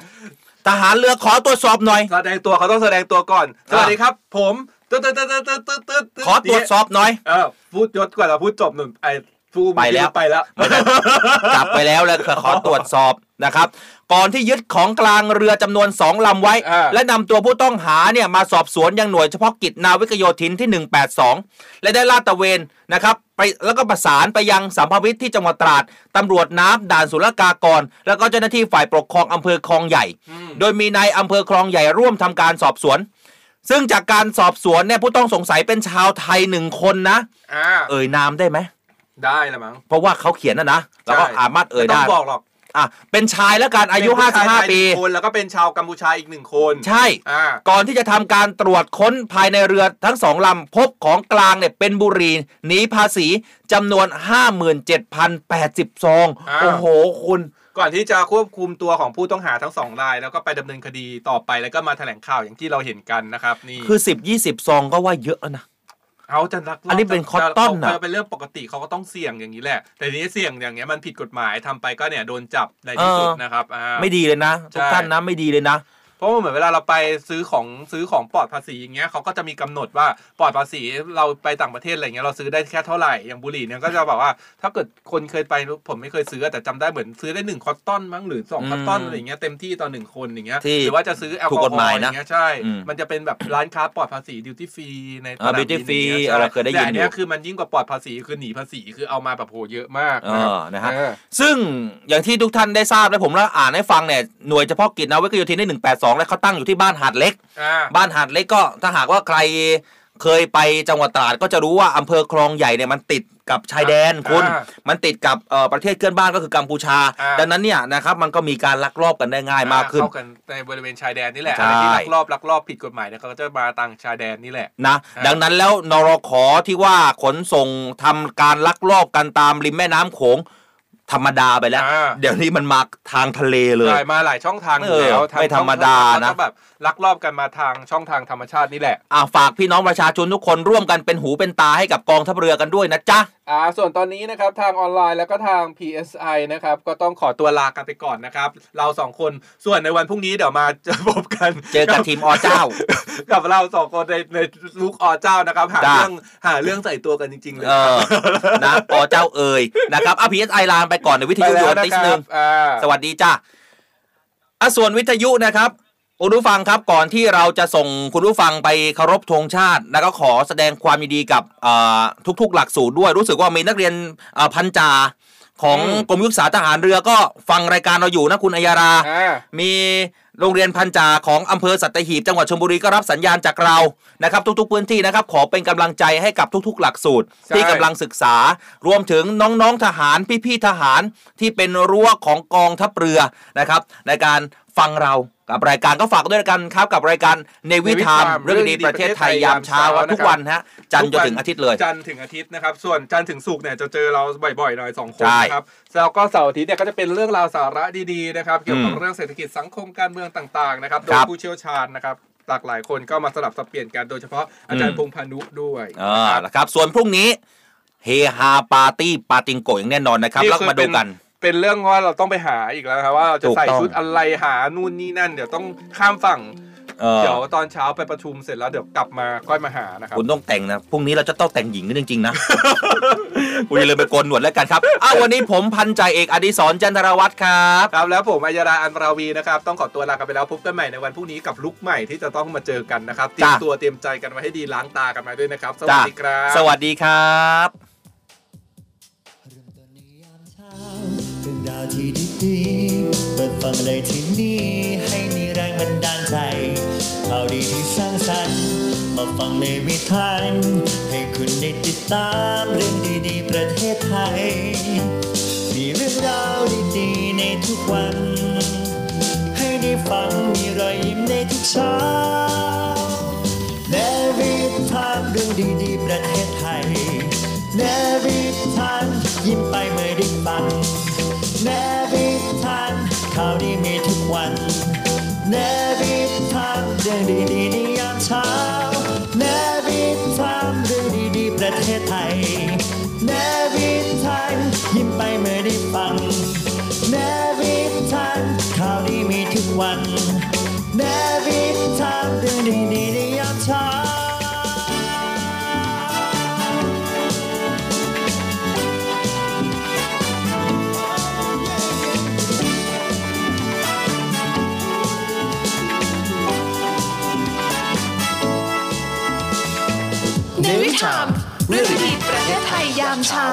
D: ทหารเรือขอตรวจสอบหน่อย
E: แสดงตัวเขาต้องแสดงตัวก่อน ส
D: อ่ะ
E: วัสดีครับ ผมตึ๊ดตึ๊ดตึ๊ดตึ๊ดตึ๊ดตึ๊ด
D: ขอตรวจสอบหน่อย
E: เออพูดยศกว่าเราพูดจบหนุ่มไอ้ผู้มี
D: ไปแล้ว
E: พิรุธไปแล้ว
D: จับไปแล้วแล้วขอตรวจสอบนะครับ ก่อนที่ยึดของกลางเรือจำนวนสองลำไว้
E: อ่า
D: และนำตัวผู้ต้องหาเนี่ยมาสอบสวนยังหน่วยเฉพาะกิจนาวิกโยธินที่ 182 และได้ลาดตระเวนนะครับไปแล้วก็ประสานไปยังสัมภาวิทที่จังหวัดตราดตำรวจน้ำด่านศุลกากร แล้วก็เจ้าหน้าที่ฝ่ายปกครองอำเภอคลองใหญ่ โดยมีนายอำเภอคลองใหญ่ร่วมทำการสอบสวน ซึ่งจากการสอบสวนเนี่ยผู้ต้องสงสัยเป็นชาวไทยหนึ่งคนนะ
E: อ่า
D: เอ่ยนามได้ไหม
E: ได้ละมั้ง
D: เพราะว่าเขาเขียนนะนะเราก็
E: ใช่
D: สามารถเอ่ย
E: ไม่ต้
D: ได้
E: องบอกหรอก
D: อ่ะเป็นชายแล้วกันอายุ
E: เป็นผู้ชไทย
D: 55 ปี
E: หนึ่งคนแล้วก็เป็นชาวกัมพูชาอีกหนึ่งคน
D: ใช่
E: อ่า
D: ก่อนที่จะทำการตรวจค้นภายในเรือทั้งสองลำพบของกลางเนี่ยเป็นบุหรีหนีภาษีจำนวน 57,080ซองโอ้โห คุณ
E: ก่อนที่จะควบคุมตัวของผู้ต้องหาทั้งสองราย แล้วก็ไปดำเนินคดีต่อไปแล้วก็มาแถลงข่าวอย่างที่เราเห็นกันนะครับนี่
D: คือ 10 20 ซองก็ว่าเยอะแล้วนะ
E: เขาจะรักลบ
D: อันนี้เป็น
E: จะ
D: cotton น่ะ
E: เเป็นเรื่องปกติเขาก็ต้องเสี่ยงอย่างนี้แหละ แต่ทีนี้เสี่ยงอย่างเงี้ยมันผิดกฎหมายทำไปก็เนี่ยโดนจับในที่สุดนะครับอ่า
D: ไม่ดีเลยนะทุก
E: ใช่
D: ท่านนะไม่ดีเลยนะ
E: เพราะว่าเหมือนเวลาเราไปซื้อของซื้อของปลอดภาษีอย่างเงี้ยเขาก็จะมีกำหนดว่าปลอดภาษีเราไปต่างประเทศอะไรเงี้ยเราซื้อได้แค่เท่าไหร่อย่างบุหรี่เนี่ยก็จะบอกว่า ถ้าเกิดคนเคยไปผมไม่เคยซื้อแต่จำได้เหมือนซื้อได้หนึ่งคอตตอนมั้งหรือสอง
D: อืม
E: คอตตอนอะไรเงี้ยเต็มที่ต่อหนึ่งคนอย่างเงี้ย
D: ที่
E: หรือว่าจะซื้อแอลกอ
D: ถู
E: ฮ
D: ก
E: อก
D: ฎหมาย
E: ล์อ
D: นะ
E: ย่างเงี้ยใช่
D: อืม
E: มันจะเป็นแบบร้านค้าปลอดภาษีดิวตี้ฟรีในต
D: อ่า
E: ลาด
D: duty free
E: ย่างงี้ใช่
D: เราเคยได้ยินอยู่
E: แต่อันเนี้ยคือมันยิ่งกว่าปลอดภาษีคือหนีภาษีคือเอามาแบบโหเยอะมาก
D: เอ
E: นะครับ
D: อนะฮะ
E: เออ
D: ซึ่งอย่างที่ทุกท่านได้ทราบและผมแล้วอ่านให้ฟังเนี่ยหน่วยเฉพาะกิจนาวิกโยธินได้182 และเขาตั้งอยู่ที่บ้านหาดเล็ก
E: อ่า
D: บ้านหาดเล็กก็ถ้าหากว่าใครเคยไปจังหวัดตราดก็จะรู้ว่าอำเภอคลองใหญ่เนี่ยมันติดกับชายแดนคุณ
E: อ่า
D: มันติดกับเอ่อประเทศเพื่อนบ้านก็คือกัมพูชา
E: อ่า
D: ดังนั้นเนี่ยนะครับมันก็มีการลักลอบกันได้ง่ายมากขึ้น
E: เข้ากันในบริเวณชายแดนนี่แหละ
D: ใช่
E: อะไรที่ลักลอบลักลอบผิดกฎหมายเนี่ยเขาก็จะมาตังชายแดนนี่แหละ
D: นะ
E: อ่า
D: ดังนั้นแล้วนรขอที่ว่าขนส่งทำการลักลอบกันตามริมแม่น้ำโขงธรรมดาไปแล้ว
E: อ่า
D: เดี๋ยวนี้มันมาทางทะเลเลย
E: ได้มาหลายช่องทางอยู่
D: เออ
E: แล้วทง
D: ไม่ธรรมดานะ
E: เขาก็แบบลักลอบกันมาทางช่องทางธรรมชาตินี่แหละ
D: อ่าฝากพี่น้องประชาชนทุกคนร่วมกันเป็นหูเป็นตาให้กับกองทัพเรือกันด้วยนะจ๊ะ
E: อ่าส่วนตอนนี้นะครับทางออนไลน์แล้วก็ทาง PSI นะครับก็ต้องขอตัวลากันไปก่อนนะครับ เราสองคนส่วนในวันพรุ่งนี้เดี๋ยวมาเจอพบกัน
D: เจอกับทีมอเจ้า
E: กับ [LAUGHS] เราสองคนในในลูกอเจ้านะครับ หา
D: จ้ะ
E: เรื่องหาเรื่องใส่ตัวกันจริงๆเลย
D: เออ
E: [LAUGHS]
D: นะอเจ้าเอ่ยนะครับอ่ะพีเอสไอลานไปก่อนในวิท
E: ไป
D: ยุโย
E: แล้ว
D: น
E: นะ
D: ติส
E: ค
D: ห
E: รั
D: นึ่
E: บ
D: ง
E: อ่า
D: สวัสดีจ้าอ่ะส่วนวิทยุนะครับคุณผู้ฟังครับก่อนที่เราจะส่งคุณผู้ฟังไปเคารพธงชาติ แล้วก็ขอแสดงความยินดีกับเอ่อทุกๆ หลักสูตรด้วย รู้สึกว่ามีนักเรียนเอ่อพันจาของ
E: อืม
D: กรมยุทธศาสตร์ทหารเรือก็ฟังรายการเราอยู่นะคุณอัยยารา
E: อ่า
D: มีโรงเรียนพันจาของอำเภอสัตหีบจังหวัดชลบุรีก็รับสัญญาณจากเรานะครับ ทุกๆพื้นที่นะครับ ขอเป็นกำลังใจให้กับทุก ๆ หลักสูตร
E: ใช่
D: ที่กำลังศึกษา รวมถึงน้องๆทหารพี่ๆทหารที่เป็นรั้วของกองทัพเรือนะครับ ในการฟังเรากับรายการก็ฝากด้วยกันครับกับรายการในวิธามเรื่องดีๆประเทศไทยยามเช้าครับทุกวันฮะจันทร์จนถึงอาทิตย์เลย
E: จันทร์ถึงอาทิตย์นะครับ ส่วนจันทร์ถึงศุกร์เนี่ยจะเจอเราบ่อยๆหน่อยสองคน
D: ใช่
E: นะครับแล้วก็เสาร์อาทิตย์เนี่ยก็จะเป็นเรื่องราวสาระดีๆนะครับ เกี่ยวกับ
D: อืม
E: เรื่องเศรษฐกิจสังคมการเมืองต่างๆนะครับ โด
D: ค
E: ย
D: รับ
E: ผู้เชี่ยวชาญนะครับ หลากหลายคนก็มาสลับสับเปลี่ยนกันโดยเฉพาะอาจาร
D: อื
E: ย์
D: ม
E: พงษ์พานุด้วย
D: เออนะครับ ส่วนพรุ่งนี้เฮฮาปาร์ตี้ปาติงโกะอย่างแน่นอนนะครับแล้วก็มาดูกัน
E: เป็นเป็นเรื่องว่าเราต้องไปหาอีกแล้วนะครับว่าเราจะ
D: ถูกต้อง
E: ใส่ชุดอะไรหานู่นนี่นั่น เดี๋ยวต้องข้ามฝั่ง
D: เออ
E: เดี๋ยวตอนเช้าไปประชุมเสร็จแล้วเดี๋ยวกลับมาค่อยมาหานะครับ
D: คุณต้องแต่งนะ พรุ่งนี้เราจะต้องแต่งหญิงกันจริง ๆ นะ [LAUGHS] คุณอย่าลืมไปโกนหนวดแล้วกันครับอ้าววันนี้ผมพันจ่าเอกอดิศรจันทรวัตรครับ
E: ครับแล้วผมอัยราอันราวีนะครับ ต้องขอตัวลากันไปแล้วพบกันใหม่ในวันพรุ่งนี้กับลุกใหม่ที่จะต้องมาเจอกันนะครับเตรียม
D: จ้ะ
E: ตัวเตรียมใจกันไว้ให้ดีล้างตากันมาด้วยนะครับ สวัสดีครับ
D: สวัสดีครับ
A: เรื่องราวที่ดีๆเปิดฟังได้ที่นี่ให้มีแรงบันดาลใจข่าวดีที่สร้างสรรค์มา ฟังไม่มีทันให้คุณได้ติดตามเรื่องดีๆ ประเทศไทย มีเรื่องราวดีๆ ในทุกวัน ให้ได้ฟังมีรอยยิ้มในทุกเช้าแนวิทามเรื่องดีๆ ประเทศไทยแนวิทามยิ้มไปเมื่อได้ฟังแนวิทามข่าวดีมีทุกวัน เนบิทามเรื่องดีๆในยามเช้าเนบิทามเรื่องดีๆประเทศไทยเนบิทามยิ้มไปเมื่อได้ฟังเนบิทามข่าวดีมีทุกวันเนบิทามเรื่องดีๆในยามเช้า
L: เนวิทามเรื่องดีประเทศไทยยามเช้า